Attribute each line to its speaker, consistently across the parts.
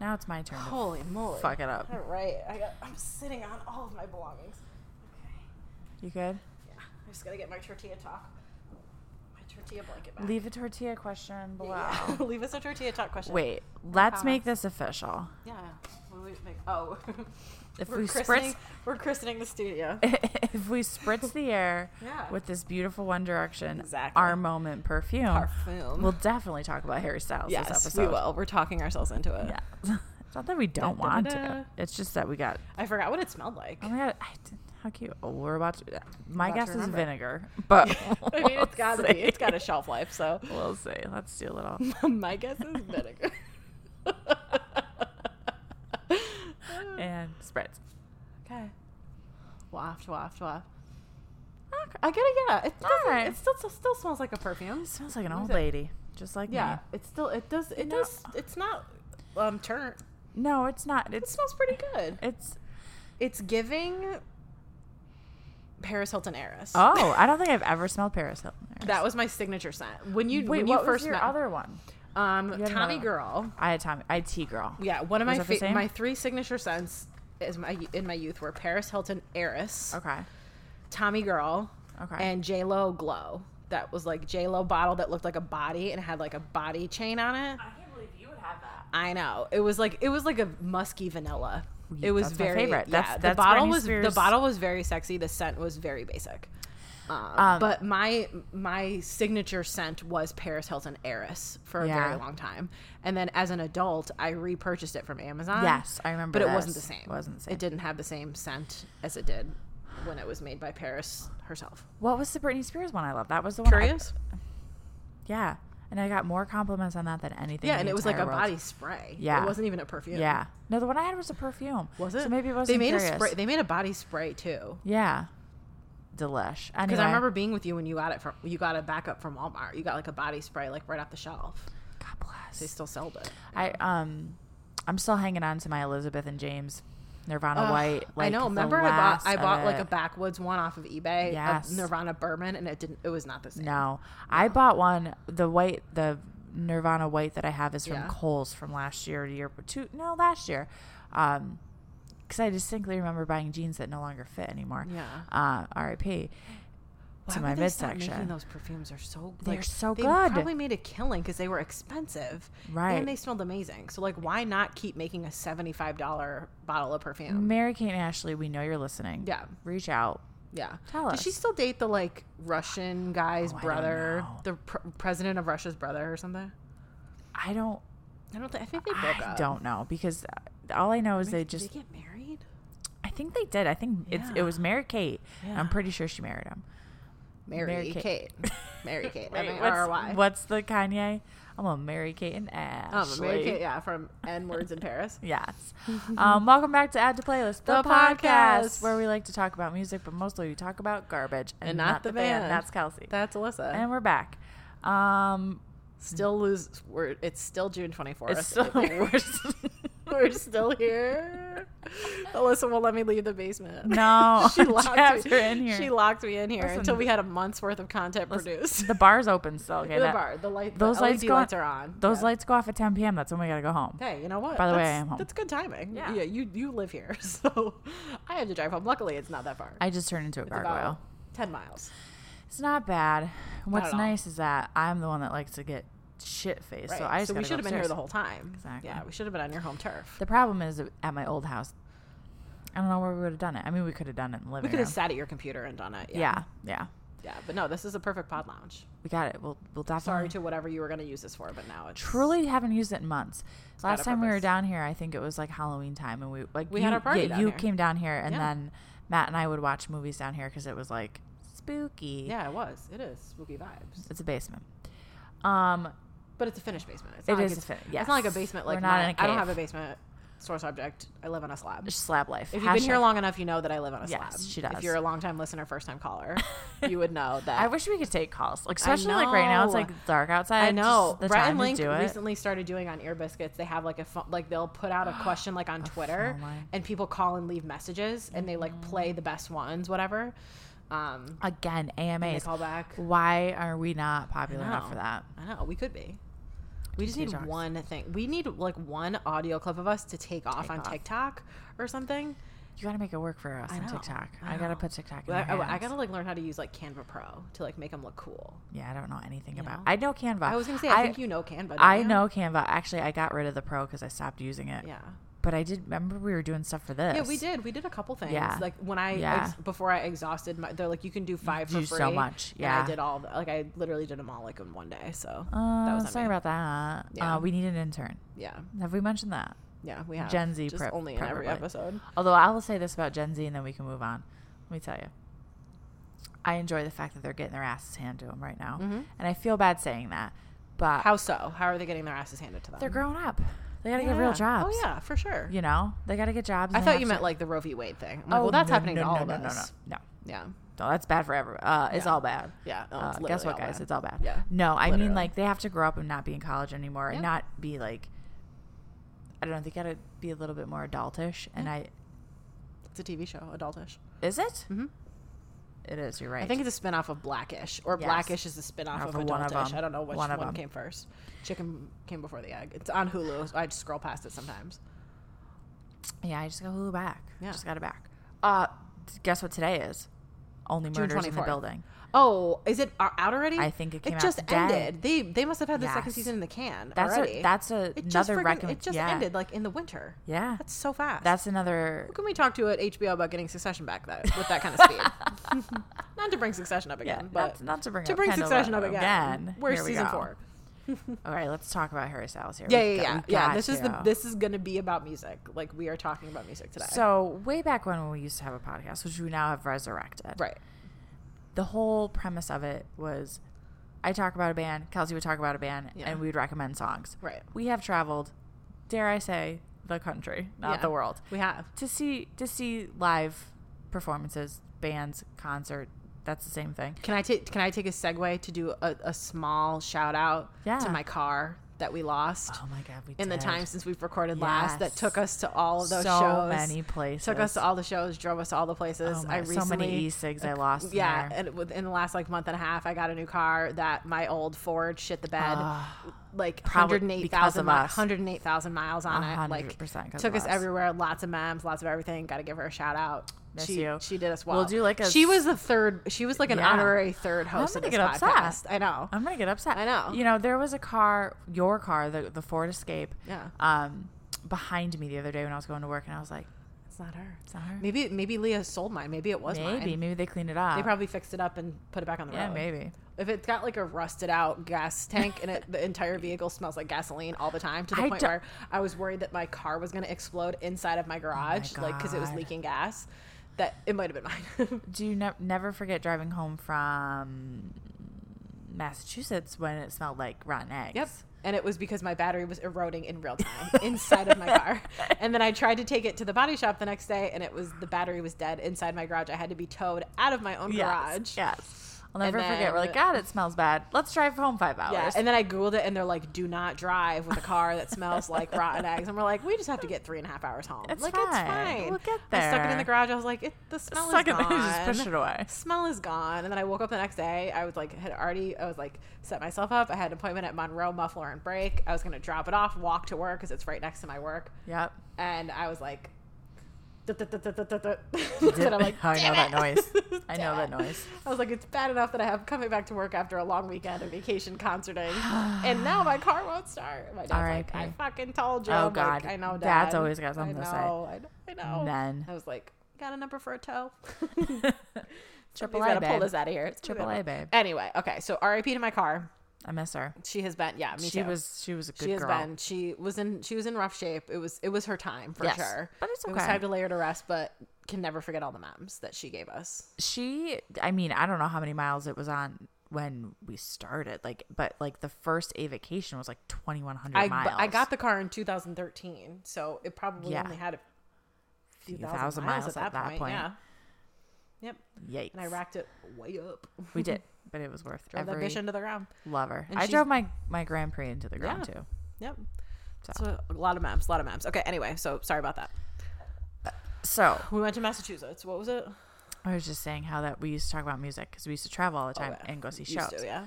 Speaker 1: Now it's my turn. To
Speaker 2: Holy moly.
Speaker 1: fuck it up.
Speaker 2: All right. I got, I'm sitting on all of my belongings. Okay.
Speaker 1: You good?
Speaker 2: Yeah. I just got to get my tortilla talk. My tortilla blanket back.
Speaker 1: Leave a tortilla question below.
Speaker 2: Yeah, yeah. Leave us a tortilla talk question.
Speaker 1: Wait, let's make
Speaker 2: comments.
Speaker 1: this official.
Speaker 2: Yeah. What would we make? Oh.
Speaker 1: If
Speaker 2: we're
Speaker 1: we
Speaker 2: christening,
Speaker 1: spritz-
Speaker 2: we're christening the studio.
Speaker 1: if we spritz the air
Speaker 2: Yeah.
Speaker 1: with this beautiful One Direction
Speaker 2: Exactly.
Speaker 1: our moment perfume,
Speaker 2: Parfum.
Speaker 1: we'll definitely talk about Harry Styles
Speaker 2: yes,
Speaker 1: this
Speaker 2: we
Speaker 1: episode.
Speaker 2: will. We're talking ourselves into it.
Speaker 1: Yeah. it's not that we don't
Speaker 2: Da, da,
Speaker 1: want
Speaker 2: da, da.
Speaker 1: to. It's just that we got.
Speaker 2: I forgot what it smelled like.
Speaker 1: Oh my god! I did- how cute. Oh, we're about to. My
Speaker 2: About
Speaker 1: guess
Speaker 2: to
Speaker 1: is
Speaker 2: remember.
Speaker 1: vinegar, but
Speaker 2: I mean, it's got to be. It's got
Speaker 1: to.
Speaker 2: a shelf life, so.
Speaker 1: We'll see. Let's do a little.
Speaker 2: My guess is vinegar.
Speaker 1: and spreads.
Speaker 2: okay. Waft, waft, waft. I gotta get it. It,
Speaker 1: All
Speaker 2: doesn't-
Speaker 1: right.
Speaker 2: it still it still smells like a perfume.
Speaker 1: It smells like an
Speaker 2: What is
Speaker 1: old
Speaker 2: it?
Speaker 1: lady, just like
Speaker 2: Yeah,
Speaker 1: me.
Speaker 2: it still it does it
Speaker 1: No.
Speaker 2: does it's not um turn.
Speaker 1: No, it's not.
Speaker 2: It
Speaker 1: It's
Speaker 2: smells pretty good.
Speaker 1: it's.
Speaker 2: It's giving Paris Hilton heiress.
Speaker 1: Oh, I don't think I've ever smelled Paris Hilton.
Speaker 2: that was my signature scent. When you
Speaker 1: Wait,
Speaker 2: when
Speaker 1: what
Speaker 2: you first
Speaker 1: was your
Speaker 2: met
Speaker 1: other one?
Speaker 2: um
Speaker 1: you had
Speaker 2: Tommy
Speaker 1: another-
Speaker 2: Girl.
Speaker 1: I had Tommy. I had T girl.
Speaker 2: Yeah, one of
Speaker 1: Was
Speaker 2: my
Speaker 1: that the
Speaker 2: fa-
Speaker 1: same?
Speaker 2: my three signature scents is my in my youth were Paris Hilton heiress,
Speaker 1: Okay.
Speaker 2: Tommy Girl,
Speaker 1: Okay.
Speaker 2: and J Lo Glow. That was like J Lo bottle that looked like a body and had like a body chain on it.
Speaker 1: I can't believe you would have that.
Speaker 2: I know. It was like it was like a musky vanilla. It was
Speaker 1: that's my
Speaker 2: very
Speaker 1: favorite.
Speaker 2: Yeah,
Speaker 1: That's-
Speaker 2: the
Speaker 1: that's
Speaker 2: bottle
Speaker 1: Britney
Speaker 2: was the
Speaker 1: Spears.
Speaker 2: bottle was very sexy. The scent was very basic. Um,
Speaker 1: Um,
Speaker 2: but my my signature scent was Paris Hilton Heiress for a
Speaker 1: Yeah.
Speaker 2: very long time, and then as an adult, I repurchased it from Amazon.
Speaker 1: Yes, I remember
Speaker 2: but it
Speaker 1: this.
Speaker 2: wasn't the same.
Speaker 1: Wasn't the same.
Speaker 2: It didn't have the same scent as it did when it was made by Paris herself.
Speaker 1: What was the Britney Spears one I love? That was the one. I-
Speaker 2: Curious,
Speaker 1: yeah, and I got more compliments on that than anything.
Speaker 2: yeah,
Speaker 1: in
Speaker 2: and
Speaker 1: the
Speaker 2: it was like a
Speaker 1: entire world.
Speaker 2: body spray.
Speaker 1: Yeah.
Speaker 2: it wasn't even a perfume.
Speaker 1: Yeah. No, the one I had was a perfume.
Speaker 2: was it?
Speaker 1: So maybe it wasn't.
Speaker 2: They made
Speaker 1: curious.
Speaker 2: a spray. They made a body spray too.
Speaker 1: yeah. Delish. Anyway,
Speaker 2: Because I remember being with you when you got it from you got a backup from Walmart. You got like a body spray like right off the shelf.
Speaker 1: God
Speaker 2: They
Speaker 1: bless.
Speaker 2: still sold it.
Speaker 1: I um, I'm still hanging on to my Elizabeth and James, Nirvana
Speaker 2: Ugh,
Speaker 1: White. Like
Speaker 2: I know.
Speaker 1: the
Speaker 2: Remember, I bought
Speaker 1: last
Speaker 2: I
Speaker 1: of
Speaker 2: bought like
Speaker 1: it.
Speaker 2: a backwoods one off of eBay,
Speaker 1: Yes.
Speaker 2: a Nirvana Berman, and it didn't. It was not the same.
Speaker 1: No, I bought one. The white, the Nirvana white that I have is from
Speaker 2: Yeah.
Speaker 1: Kohl's from last year, year two. No, last year, because I distinctly remember buying jeans that no longer fit anymore.
Speaker 2: Yeah.
Speaker 1: Uh, R.I.P.
Speaker 2: Why
Speaker 1: to
Speaker 2: would
Speaker 1: my
Speaker 2: they stop Making
Speaker 1: midsection.
Speaker 2: those perfumes are so
Speaker 1: They're
Speaker 2: like,
Speaker 1: so
Speaker 2: they
Speaker 1: good.
Speaker 2: Probably made a killing because they were expensive,
Speaker 1: Right.
Speaker 2: And they smelled amazing. So like, why not keep making a seventy five dollar bottle of perfume?
Speaker 1: Mary Kate and Ashley, we know you're listening.
Speaker 2: Yeah.
Speaker 1: reach out.
Speaker 2: Yeah.
Speaker 1: Tell
Speaker 2: Does she
Speaker 1: us.
Speaker 2: still date the like Russian guy's
Speaker 1: Oh, I don't
Speaker 2: brother,
Speaker 1: know.
Speaker 2: the pr- president of Russia's brother or something?
Speaker 1: I don't.
Speaker 2: I don't think. I think they broke
Speaker 1: I
Speaker 2: up.
Speaker 1: don't know because uh, all I know is they
Speaker 2: Wait,
Speaker 1: just.
Speaker 2: did they get married.
Speaker 1: I think they did. I think it's it
Speaker 2: Yeah.
Speaker 1: was Mary Kate.
Speaker 2: Yeah.
Speaker 1: I'm pretty sure she married him.
Speaker 2: Mary,
Speaker 1: Mary Kate.
Speaker 2: Kate. Mary Kate.
Speaker 1: Wait,
Speaker 2: M A R Y.
Speaker 1: what's, what's the Kanye? I'm a Mary Kate and Ashley.
Speaker 2: Um, Mary Kate. Yeah, from N words in Paris.
Speaker 1: Yes. um, welcome back to Add to Playlist, the,
Speaker 2: The
Speaker 1: podcast,
Speaker 2: podcast.
Speaker 1: where we like to talk about music, but mostly we talk about garbage and, not, the band. That's Kelsey,
Speaker 2: That's Alyssa.
Speaker 1: and we're back. Um,
Speaker 2: still lose. We're. It's still June twenty fourth.
Speaker 1: it's still worse.
Speaker 2: We're still here. Alyssa won't let me leave the basement.
Speaker 1: No,
Speaker 2: she locked
Speaker 1: trapped
Speaker 2: me
Speaker 1: her in here.
Speaker 2: She locked me in here
Speaker 1: Listen.
Speaker 2: until we had a month's worth of content produced.
Speaker 1: the bar's open still. Okay,
Speaker 2: the
Speaker 1: that-
Speaker 2: bar, the light,
Speaker 1: those
Speaker 2: the
Speaker 1: lights
Speaker 2: LED
Speaker 1: go
Speaker 2: lights
Speaker 1: on-
Speaker 2: are on.
Speaker 1: Those
Speaker 2: Yeah.
Speaker 1: lights go off at 10 p.m. That's when we gotta go home.
Speaker 2: Hey, you know what?
Speaker 1: By the way, I
Speaker 2: That's-
Speaker 1: am home.
Speaker 2: That's good timing.
Speaker 1: Yeah.
Speaker 2: Yeah. you you live here, so I have to drive home. Luckily, it's not that far.
Speaker 1: I just turned into a
Speaker 2: It's about
Speaker 1: gargoyle.
Speaker 2: ten miles.
Speaker 1: It's not bad. What's
Speaker 2: at all.
Speaker 1: nice is that I'm the one that likes to get shit faced, so I just
Speaker 2: we
Speaker 1: gotta go
Speaker 2: should have been here
Speaker 1: upstairs.
Speaker 2: the whole time.
Speaker 1: Exactly.
Speaker 2: Yeah, we should have been on your home turf.
Speaker 1: The problem is at my old house. I don't know where we would have done it. I mean, we could have done it in the
Speaker 2: We
Speaker 1: living
Speaker 2: could
Speaker 1: room.
Speaker 2: have sat at your computer and done it.
Speaker 1: yeah.
Speaker 2: Yeah.
Speaker 1: yeah,
Speaker 2: Yeah, but no, this is a perfect pod lounge.
Speaker 1: we got it. We'll we'll
Speaker 2: Sorry
Speaker 1: definitely.
Speaker 2: to whatever you were going to use this for, but now it's
Speaker 1: Truly haven't used it in months.
Speaker 2: got
Speaker 1: Last
Speaker 2: a
Speaker 1: time we were
Speaker 2: purpose.
Speaker 1: down here, I think it was like Halloween time, and we like
Speaker 2: We
Speaker 1: you,
Speaker 2: had our party
Speaker 1: yeah,
Speaker 2: down
Speaker 1: you
Speaker 2: here.
Speaker 1: came down here, and
Speaker 2: Yeah.
Speaker 1: then Matt and I would watch movies down here because it was like spooky.
Speaker 2: Yeah, it was. It is spooky vibes,
Speaker 1: it's a basement. Um,
Speaker 2: but it's a finished basement. It's
Speaker 1: It
Speaker 2: not
Speaker 1: is a
Speaker 2: like
Speaker 1: fin-
Speaker 2: it's,
Speaker 1: yes.
Speaker 2: It's not like a basement.
Speaker 1: We're
Speaker 2: Like
Speaker 1: not
Speaker 2: mine.
Speaker 1: in a
Speaker 2: I don't
Speaker 1: cave.
Speaker 2: have a basement. Source object. I live on a slab.
Speaker 1: slab life.
Speaker 2: If you've been here
Speaker 1: Hashtag-
Speaker 2: long enough, you know that I live on a slab.
Speaker 1: Yes, she does.
Speaker 2: If you're a longtime listener, first time caller, you would know that.
Speaker 1: I wish we could take calls, like especially like right now. It's
Speaker 2: know.
Speaker 1: like dark outside.
Speaker 2: I know.
Speaker 1: Just the
Speaker 2: Brett
Speaker 1: time
Speaker 2: and Link
Speaker 1: to do it.
Speaker 2: recently started doing on Ear Biscuits. They have like a phone, like they'll put out a question like on Twitter,
Speaker 1: phone line.
Speaker 2: and people call and leave messages, and they like play the best ones, whatever. Um,
Speaker 1: Again,
Speaker 2: and they
Speaker 1: AMAs.
Speaker 2: call back.
Speaker 1: Why are we not popular enough
Speaker 2: know.
Speaker 1: for that?
Speaker 2: I know we could be. We just
Speaker 1: Two
Speaker 2: need
Speaker 1: jars.
Speaker 2: one thing. We need like one audio clip of us to take off
Speaker 1: Take
Speaker 2: on
Speaker 1: off.
Speaker 2: TikTok or something.
Speaker 1: You got to make it work for us
Speaker 2: I
Speaker 1: on
Speaker 2: know,
Speaker 1: TikTok.
Speaker 2: I
Speaker 1: I, got
Speaker 2: know.
Speaker 1: to put TikTok in
Speaker 2: I,
Speaker 1: their
Speaker 2: I- I
Speaker 1: hands.
Speaker 2: gotta like learn how to use like Canva Pro to like make them look cool.
Speaker 1: Yeah, I don't know anything
Speaker 2: You
Speaker 1: about.
Speaker 2: know?
Speaker 1: I know Canva.
Speaker 2: I was gonna say I, think you know Canva. don't
Speaker 1: I
Speaker 2: you?
Speaker 1: know Canva. Actually, I got rid of the pro because I stopped using it.
Speaker 2: Yeah.
Speaker 1: But I did remember we were doing stuff for this.
Speaker 2: Yeah, we did. We did a couple things.
Speaker 1: Yeah.
Speaker 2: Like when I
Speaker 1: Yeah.
Speaker 2: ex- before I exhausted my, they're like you can do five
Speaker 1: do
Speaker 2: for free.
Speaker 1: so much.
Speaker 2: And
Speaker 1: Yeah.
Speaker 2: I did all the, like I literally did them all like in one day. So
Speaker 1: Uh,
Speaker 2: that was on
Speaker 1: sorry
Speaker 2: me.
Speaker 1: about that.
Speaker 2: Yeah.
Speaker 1: Uh, we need an intern.
Speaker 2: yeah,
Speaker 1: Have we mentioned that?
Speaker 2: yeah. We have
Speaker 1: Gen Z
Speaker 2: just
Speaker 1: prep-
Speaker 2: only in every
Speaker 1: preferably.
Speaker 2: episode.
Speaker 1: Although I will say this about Gen Z, and then we can move on. Let me tell you, I enjoy the fact that they're getting their asses handed to them right now,
Speaker 2: Mhm.
Speaker 1: and I feel bad saying that, but
Speaker 2: How so? How are they getting their asses handed to them?
Speaker 1: Uh, they're grown up. They got to
Speaker 2: Yeah.
Speaker 1: get real jobs.
Speaker 2: Oh yeah, for sure.
Speaker 1: You know, they got to get jobs.
Speaker 2: I
Speaker 1: and
Speaker 2: thought
Speaker 1: have
Speaker 2: you
Speaker 1: to- Oh,
Speaker 2: meant like the Roe v. Wade thing. I'm like, well, that's
Speaker 1: no,
Speaker 2: happening
Speaker 1: no,
Speaker 2: to all
Speaker 1: no,
Speaker 2: of
Speaker 1: no,
Speaker 2: us.
Speaker 1: No, no, no.
Speaker 2: Yeah,
Speaker 1: No, that's bad for everyone. Uh, It's
Speaker 2: Yeah.
Speaker 1: all bad.
Speaker 2: yeah. no,
Speaker 1: Uh,
Speaker 2: it's
Speaker 1: guess
Speaker 2: literally
Speaker 1: what,
Speaker 2: all
Speaker 1: guys?
Speaker 2: bad.
Speaker 1: It's all bad.
Speaker 2: Yeah.
Speaker 1: No, I mean
Speaker 2: Literally.
Speaker 1: like they have to grow up and not be in college anymore, and
Speaker 2: Yeah.
Speaker 1: not be like. I don't know. They gotta be a little bit more adultish, and
Speaker 2: Yeah.
Speaker 1: I
Speaker 2: It's a TV show, adultish.
Speaker 1: is it?
Speaker 2: hmm
Speaker 1: It is. You're right.
Speaker 2: I think it's a spin-off of Blackish, or
Speaker 1: Yes.
Speaker 2: Blackish is a spin-off
Speaker 1: Of
Speaker 2: of
Speaker 1: the one of
Speaker 2: Adultish.
Speaker 1: them.
Speaker 2: I don't know which
Speaker 1: One
Speaker 2: one,
Speaker 1: of them.
Speaker 2: came first. Chicken came before the egg. It's on Hulu. So I just scroll past it sometimes.
Speaker 1: Yeah, I just got Hulu back.
Speaker 2: Yeah.
Speaker 1: Just got it back. Uh, t- guess what today is? Only
Speaker 2: June
Speaker 1: murders in the
Speaker 2: 24th.
Speaker 1: building.
Speaker 2: Oh, is it o- out already?
Speaker 1: I think it came
Speaker 2: it
Speaker 1: out
Speaker 2: just
Speaker 1: today.
Speaker 2: ended. They they must have had the second
Speaker 1: Yes.
Speaker 2: season in the can
Speaker 1: That's
Speaker 2: already.
Speaker 1: a, that's a,
Speaker 2: it just
Speaker 1: another
Speaker 2: friggin-
Speaker 1: recommendation.
Speaker 2: It just
Speaker 1: yeah.
Speaker 2: ended like in the winter.
Speaker 1: Yeah,
Speaker 2: That's so fast.
Speaker 1: that's another.
Speaker 2: Who can we talk to at HBO about getting Succession back though with that kind of speed? not to bring Succession up
Speaker 1: Yeah,
Speaker 2: again,
Speaker 1: not,
Speaker 2: but
Speaker 1: not to bring
Speaker 2: to
Speaker 1: up
Speaker 2: bring
Speaker 1: Kendall
Speaker 2: Succession up again. We're
Speaker 1: Here we
Speaker 2: season
Speaker 1: go.
Speaker 2: four.
Speaker 1: All right, let's talk about Harry Styles here.
Speaker 2: Yeah,
Speaker 1: We
Speaker 2: yeah,
Speaker 1: got-
Speaker 2: yeah.
Speaker 1: we
Speaker 2: yeah
Speaker 1: got
Speaker 2: this is the
Speaker 1: to.
Speaker 2: this is gonna be about music. Like we are talking about music today.
Speaker 1: So way back when we used to have a podcast, which we now have resurrected.
Speaker 2: right.
Speaker 1: The whole premise of it was, I talk about a band, Kelsey would talk about a band,
Speaker 2: Yeah.
Speaker 1: and we would recommend songs.
Speaker 2: Right.
Speaker 1: We have traveled, dare I say, the country, not
Speaker 2: Yeah.
Speaker 1: the world.
Speaker 2: We have.
Speaker 1: to see to see live performances, bands, concert. That's the same thing.
Speaker 2: Can I take can I take a segue to do a, a small shout out
Speaker 1: Yeah.
Speaker 2: to my car that we lost
Speaker 1: Oh my god, we
Speaker 2: in the time since we've recorded last that
Speaker 1: Yes.
Speaker 2: took us to all of those
Speaker 1: so
Speaker 2: shows.
Speaker 1: many places.
Speaker 2: Took us to all the shows, drove us to all the places.
Speaker 1: Oh my-
Speaker 2: I recently
Speaker 1: so many e cigs I lost. in
Speaker 2: Yeah,
Speaker 1: there.
Speaker 2: and within the last like month and a half, I got a new car that my old Ford shit the bed,
Speaker 1: Ugh.
Speaker 2: like
Speaker 1: Probably because
Speaker 2: 108,000
Speaker 1: of
Speaker 2: mi-
Speaker 1: us.
Speaker 2: 108,000 miles on
Speaker 1: A
Speaker 2: it.
Speaker 1: hundred
Speaker 2: Like
Speaker 1: percent 'cause
Speaker 2: took
Speaker 1: of
Speaker 2: us
Speaker 1: us.
Speaker 2: everywhere, lots of memes, lots of everything. Got to give her a shout out.
Speaker 1: Miss
Speaker 2: she
Speaker 1: you.
Speaker 2: she did us well.
Speaker 1: We'll do, like, a
Speaker 2: she
Speaker 1: s-
Speaker 2: was the third. She was like an
Speaker 1: Yeah.
Speaker 2: honorary third host
Speaker 1: I'm
Speaker 2: of
Speaker 1: gonna
Speaker 2: this
Speaker 1: get upset.
Speaker 2: podcast. I know.
Speaker 1: I'm gonna get upset.
Speaker 2: I know.
Speaker 1: You know, there was a car, your car, the the Ford Escape.
Speaker 2: Yeah.
Speaker 1: Um, behind me the other day when I was going to work, and I was like,
Speaker 2: it's not her.
Speaker 1: "It's not her."
Speaker 2: Maybe maybe Leah sold mine. Maybe it was
Speaker 1: maybe,
Speaker 2: mine.
Speaker 1: maybe they cleaned it up.
Speaker 2: They probably fixed it up and put it back on the
Speaker 1: yeah,
Speaker 2: road.
Speaker 1: maybe.
Speaker 2: If it's got like a rusted out gas tank and it, the entire vehicle smells like gasoline all the time to the
Speaker 1: I
Speaker 2: point
Speaker 1: don't-
Speaker 2: where I was worried that my car was going to explode inside of my garage, like 'cause like because it was
Speaker 1: Oh God.
Speaker 2: leaking gas, that it might have been mine.
Speaker 1: Do you ne- never forget driving home from Massachusetts when it smelled like rotten eggs?
Speaker 2: yep. And it was because my battery was eroding in real time inside of my car. And then I tried to take it to the body shop the next day and it was the battery was dead inside my garage. I had to be towed out of my own garage.
Speaker 1: Yes. yes. I'll never
Speaker 2: And
Speaker 1: forget. We're like,
Speaker 2: then-
Speaker 1: God, it smells bad. Let's drive home five hours.
Speaker 2: Yeah, and then I googled it, and they're like, "Do not drive with a car that smells like rotten eggs." And we're like, "We just have to get three and a half hours home.
Speaker 1: It's
Speaker 2: like it's
Speaker 1: fine.
Speaker 2: fine.
Speaker 1: We'll get
Speaker 2: I stuck it in
Speaker 1: there.
Speaker 2: the garage. I was like, it, "The smell
Speaker 1: Suck
Speaker 2: is
Speaker 1: it,
Speaker 2: gone."
Speaker 1: just push it away.
Speaker 2: Smell is gone. And then I woke up the next day. I was like, had already. I was like, set myself up. I had an appointment at Monroe Muffler and Brake. I was gonna drop it off, walk to work because it's right next to my work.
Speaker 1: Yep.
Speaker 2: And I was like. "Dut, dut, dut, dut, dut, dut," And I'm like,
Speaker 1: I know
Speaker 2: "Damn
Speaker 1: that
Speaker 2: it."
Speaker 1: noise. I know
Speaker 2: Damn
Speaker 1: that
Speaker 2: it.
Speaker 1: noise.
Speaker 2: I was like, it's bad enough that I have coming back to work after a long weekend of vacation concerting, and now my car won't start. My dad's like,
Speaker 1: R.I.P..
Speaker 2: I fucking told you.
Speaker 1: Oh,
Speaker 2: I'm like,
Speaker 1: God.
Speaker 2: I know. Dad.
Speaker 1: Dad's always got something
Speaker 2: I
Speaker 1: to say.
Speaker 2: know, I know. I know.
Speaker 1: Then.
Speaker 2: I was like, got a number for a tow.
Speaker 1: Triple
Speaker 2: Somebody's
Speaker 1: A,
Speaker 2: gotta pull
Speaker 1: babe.
Speaker 2: this out of here.
Speaker 1: Triple A, babe.
Speaker 2: Anyway, okay. So R.I.P. to my car.
Speaker 1: I miss her.
Speaker 2: She has been. Yeah, me
Speaker 1: she
Speaker 2: too.
Speaker 1: was. She was a good
Speaker 2: She has
Speaker 1: girl.
Speaker 2: been. She was in. She was in rough shape. It was. It was her time for
Speaker 1: Yes,
Speaker 2: sure.
Speaker 1: but it's
Speaker 2: It was
Speaker 1: okay.
Speaker 2: time to lay her to rest, but can never forget all the memes that she gave us.
Speaker 1: She. I mean, I don't know how many miles it was on when we started. Like, but like the first a vacation was like twenty one hundred
Speaker 2: I,
Speaker 1: miles.
Speaker 2: but I got the car in 2013, so it probably
Speaker 1: Yeah.
Speaker 2: only had a few
Speaker 1: Few
Speaker 2: thousand,
Speaker 1: thousand
Speaker 2: miles,
Speaker 1: miles
Speaker 2: at that, point. Yeah. Yep.
Speaker 1: Yikes.
Speaker 2: And I racked it way up.
Speaker 1: we did, but it was worth
Speaker 2: Drove that
Speaker 1: every
Speaker 2: bitch into the ground.
Speaker 1: lover.
Speaker 2: And
Speaker 1: I
Speaker 2: she's-
Speaker 1: drove my my Grand Prix into the ground
Speaker 2: Yeah.
Speaker 1: too.
Speaker 2: Yep. So a lot of maps, a lot of maps. Okay. Anyway, so sorry about that.
Speaker 1: So
Speaker 2: We went to Massachusetts. What was it? Oh,
Speaker 1: I was just saying how that we used to talk about music because we used to travel all the time
Speaker 2: Oh, yeah.
Speaker 1: and go see shows.
Speaker 2: Used to, yeah.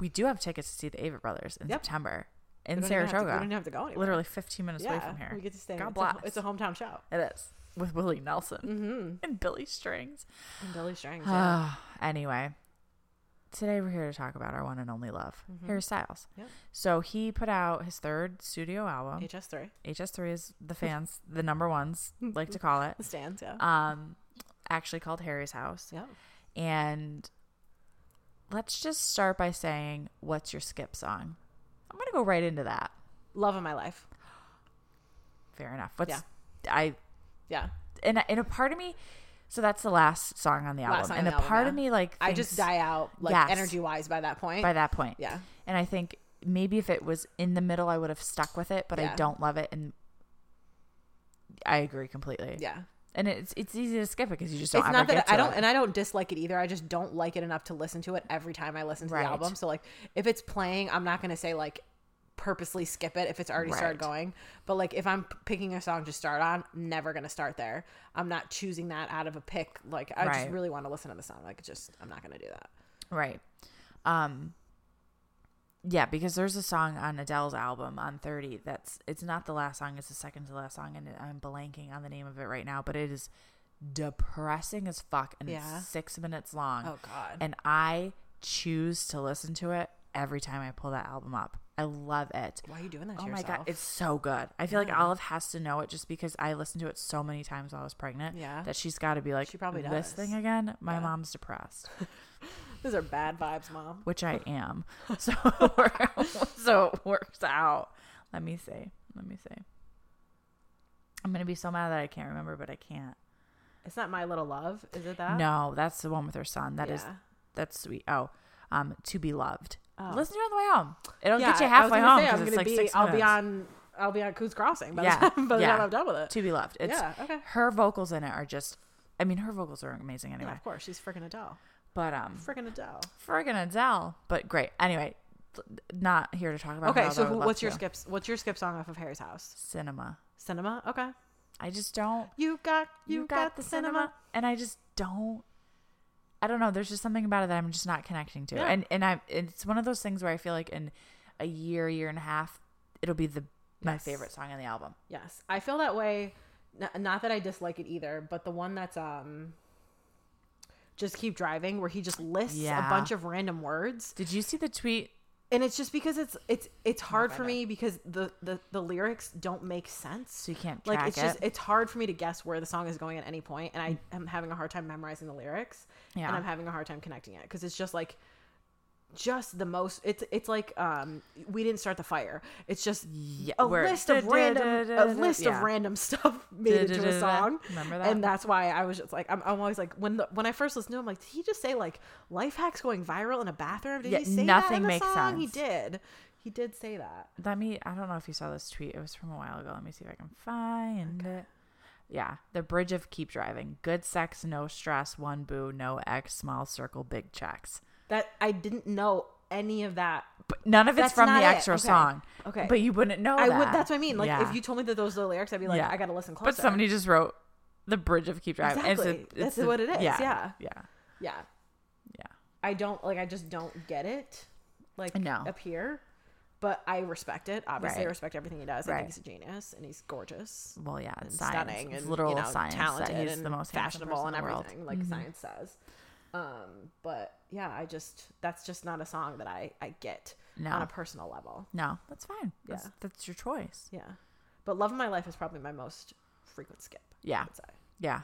Speaker 1: We do have tickets to see the Avett Brothers in
Speaker 2: Yep.
Speaker 1: September. in
Speaker 2: We don't even have to- We
Speaker 1: Saratoga.
Speaker 2: don't even have to go anywhere.
Speaker 1: Literally 15 minutes away from here.
Speaker 2: We get to stay.
Speaker 1: God
Speaker 2: it's, a,
Speaker 1: bless.
Speaker 2: it's a hometown show.
Speaker 1: It is with Willie Nelson
Speaker 2: Mm.
Speaker 1: and Billy Strings.
Speaker 2: And Billy Strings. yeah.
Speaker 1: Ah, anyway, today we're here to talk about our one and only love,
Speaker 2: Mm-hmm.
Speaker 1: Harry Styles.
Speaker 2: Yep.
Speaker 1: So he put out his third studio album.
Speaker 2: HS3.
Speaker 1: HS3 is the fans, the number ones like to call it.
Speaker 2: The stands, yeah.
Speaker 1: Um, actually called Harry's House.
Speaker 2: yeah.
Speaker 1: And let's just start by saying, what's your skip song? I'm gonna go right into that.
Speaker 2: Love of my life.
Speaker 1: Fair enough. What's I
Speaker 2: Yeah.
Speaker 1: and and a part of me. So that's the last song on the
Speaker 2: Last
Speaker 1: album,
Speaker 2: song
Speaker 1: and
Speaker 2: on
Speaker 1: a
Speaker 2: the album,
Speaker 1: part of
Speaker 2: yeah.
Speaker 1: me like
Speaker 2: I just
Speaker 1: thinks
Speaker 2: die out, like
Speaker 1: Yes.
Speaker 2: energy wise, by that point.
Speaker 1: by that point.
Speaker 2: yeah.
Speaker 1: and I think maybe if it was in the middle, I would have stuck with it, but I
Speaker 2: Yeah.
Speaker 1: don't love it, and I agree completely.
Speaker 2: Yeah.
Speaker 1: and it's it's easy to skip it because you just don't
Speaker 2: It's
Speaker 1: ever
Speaker 2: not
Speaker 1: get
Speaker 2: that
Speaker 1: to
Speaker 2: I don't,
Speaker 1: it.
Speaker 2: and I don't dislike it either. I just don't like it enough to listen to it every time I listen to
Speaker 1: Right.
Speaker 2: the album. So, like, if it's playing, I'm not going to say, like, purposely skip it if it's already started
Speaker 1: Right.
Speaker 2: going. But, like, if I'm p- picking a song to start on, never going to start there. I'm not choosing that out of a pick. Like, I just
Speaker 1: Right.
Speaker 2: really want to listen to the song. Like, just, I'm not going to do that.
Speaker 1: Right. Um Yeah, because there's a song on Adele's album on 30 that's it's not the last song, it's the second to the last song and I'm blanking on the name of it right now, but it is depressing as fuck and
Speaker 2: Yeah.
Speaker 1: it's 6 minutes long.
Speaker 2: Oh, God.
Speaker 1: And I choose to listen to it every time I pull that album up. I love it.
Speaker 2: Why are you doing that to
Speaker 1: Oh my
Speaker 2: yourself?
Speaker 1: god, it's so good. I feel like Olive has to know it just because I listened to it so many times while I was pregnant.
Speaker 2: Yeah.
Speaker 1: that she's got to be like,
Speaker 2: She probably
Speaker 1: this
Speaker 2: does.
Speaker 1: thing again. My mom's depressed
Speaker 2: These are bad vibes, mom.
Speaker 1: which I am. So so it works out. Let me see. Let me see. I'm gonna be so mad that I can't remember, but I can't.
Speaker 2: It's not my little love, is it that?
Speaker 1: No, that's the one with her son. That is
Speaker 2: Yeah.
Speaker 1: that's sweet. Oh, um, to be loved.
Speaker 2: Oh.
Speaker 1: Listen to it on the way home. It'll
Speaker 2: Yeah,
Speaker 1: get you
Speaker 2: I- I was
Speaker 1: halfway
Speaker 2: gonna
Speaker 1: home
Speaker 2: say, I'm
Speaker 1: because it's
Speaker 2: gonna
Speaker 1: like
Speaker 2: be,
Speaker 1: six
Speaker 2: I'll
Speaker 1: minutes.
Speaker 2: be on. I'll be on Coos Crossing by
Speaker 1: Yeah,
Speaker 2: the time, by the
Speaker 1: yeah.
Speaker 2: time I'm done with it.
Speaker 1: to be loved. It's
Speaker 2: Yeah, okay.
Speaker 1: her vocals in it are just. I mean, her vocals are amazing
Speaker 2: Yeah,
Speaker 1: anyway.
Speaker 2: of course, she's freaking Adele.
Speaker 1: But um,
Speaker 2: Freaking Adele.
Speaker 1: friggin' Adele. But great. Anyway, th- not here to talk about. her,
Speaker 2: Okay,
Speaker 1: although
Speaker 2: so
Speaker 1: I would
Speaker 2: who,
Speaker 1: love
Speaker 2: what's your
Speaker 1: to.
Speaker 2: skips? What's your skip song off of Harry's House?
Speaker 1: Cinema.
Speaker 2: Cinema. Okay.
Speaker 1: I just don't.
Speaker 2: You got you, got, the cinema.
Speaker 1: and i just don't i don't know there's just something about it that i'm just not connecting to
Speaker 2: Yeah.
Speaker 1: and and i it's one of those things where i feel like in a year year and a half it'll be the my
Speaker 2: Yes.
Speaker 1: favorite song on the album
Speaker 2: Yes, I feel that way. N- not that I dislike it either, but the one that's um. Just keep driving, where he just lists
Speaker 1: Yeah.
Speaker 2: a bunch of random words,
Speaker 1: did you see the tweet
Speaker 2: and it's just because it's it's it's hard for
Speaker 1: find
Speaker 2: me because the, the the lyrics don't make sense
Speaker 1: so you can't track
Speaker 2: like it's
Speaker 1: it
Speaker 2: just it's hard for me to guess where the song is going at any point and i am having a hard time memorizing the lyrics
Speaker 1: Yeah.
Speaker 2: and i'm having a hard time connecting it because it's just like just the most it's it's like um we didn't start the fire it's just a
Speaker 1: where-
Speaker 2: list of random a list of
Speaker 1: Yeah.
Speaker 2: random stuff made into a song
Speaker 1: Remember that?
Speaker 2: and that's why i was just like i'm, I'm always like when the when i first listened to him like did he just say like life hacks going viral in a bathroom did
Speaker 1: Yeah,
Speaker 2: he say that
Speaker 1: nothing
Speaker 2: in the
Speaker 1: makes
Speaker 2: song he
Speaker 1: sense.
Speaker 2: did he did say that
Speaker 1: let me i don't know if you saw this tweet it was from a while ago let me see if i can find it yeah the bridge of keep driving good sex no stress one boo no x small circle big checks
Speaker 2: that i didn't know any of that
Speaker 1: but none of it's
Speaker 2: That's
Speaker 1: from
Speaker 2: not
Speaker 1: the
Speaker 2: it.
Speaker 1: extra
Speaker 2: Okay.
Speaker 1: song
Speaker 2: Okay.
Speaker 1: but you wouldn't know
Speaker 2: I
Speaker 1: that.
Speaker 2: would. That's what I mean. Like,
Speaker 1: Yeah.
Speaker 2: if you told me that those were the lyrics, I'd be like,
Speaker 1: Yeah.
Speaker 2: I gotta listen closer.
Speaker 1: But somebody just wrote the bridge of keep driving. It's a-
Speaker 2: Exactly.
Speaker 1: it's
Speaker 2: That's what it is. Yeah.
Speaker 1: Yeah.
Speaker 2: yeah,
Speaker 1: Yeah.
Speaker 2: I don't like. I just don't get it. Like,
Speaker 1: No.
Speaker 2: up here, but I respect it. Obviously,
Speaker 1: Right.
Speaker 2: I respect everything he does. I
Speaker 1: Right.
Speaker 2: think he's a genius and he's gorgeous,
Speaker 1: Well, yeah. It's science.
Speaker 2: stunning,
Speaker 1: it's
Speaker 2: and
Speaker 1: literal
Speaker 2: you know,
Speaker 1: science
Speaker 2: talented,
Speaker 1: that he's
Speaker 2: and
Speaker 1: the most handsome
Speaker 2: fashionable and
Speaker 1: person in the world. Mm-hmm.
Speaker 2: everything, like science says. Um, but yeah, I just that's just not a song that I I get
Speaker 1: No.
Speaker 2: on a personal level.
Speaker 1: No, that's fine. That's,
Speaker 2: Yeah.
Speaker 1: that's your choice.
Speaker 2: Yeah, but Love of My Life is probably my most frequent skip.
Speaker 1: Yeah.
Speaker 2: I'd say.
Speaker 1: Yeah.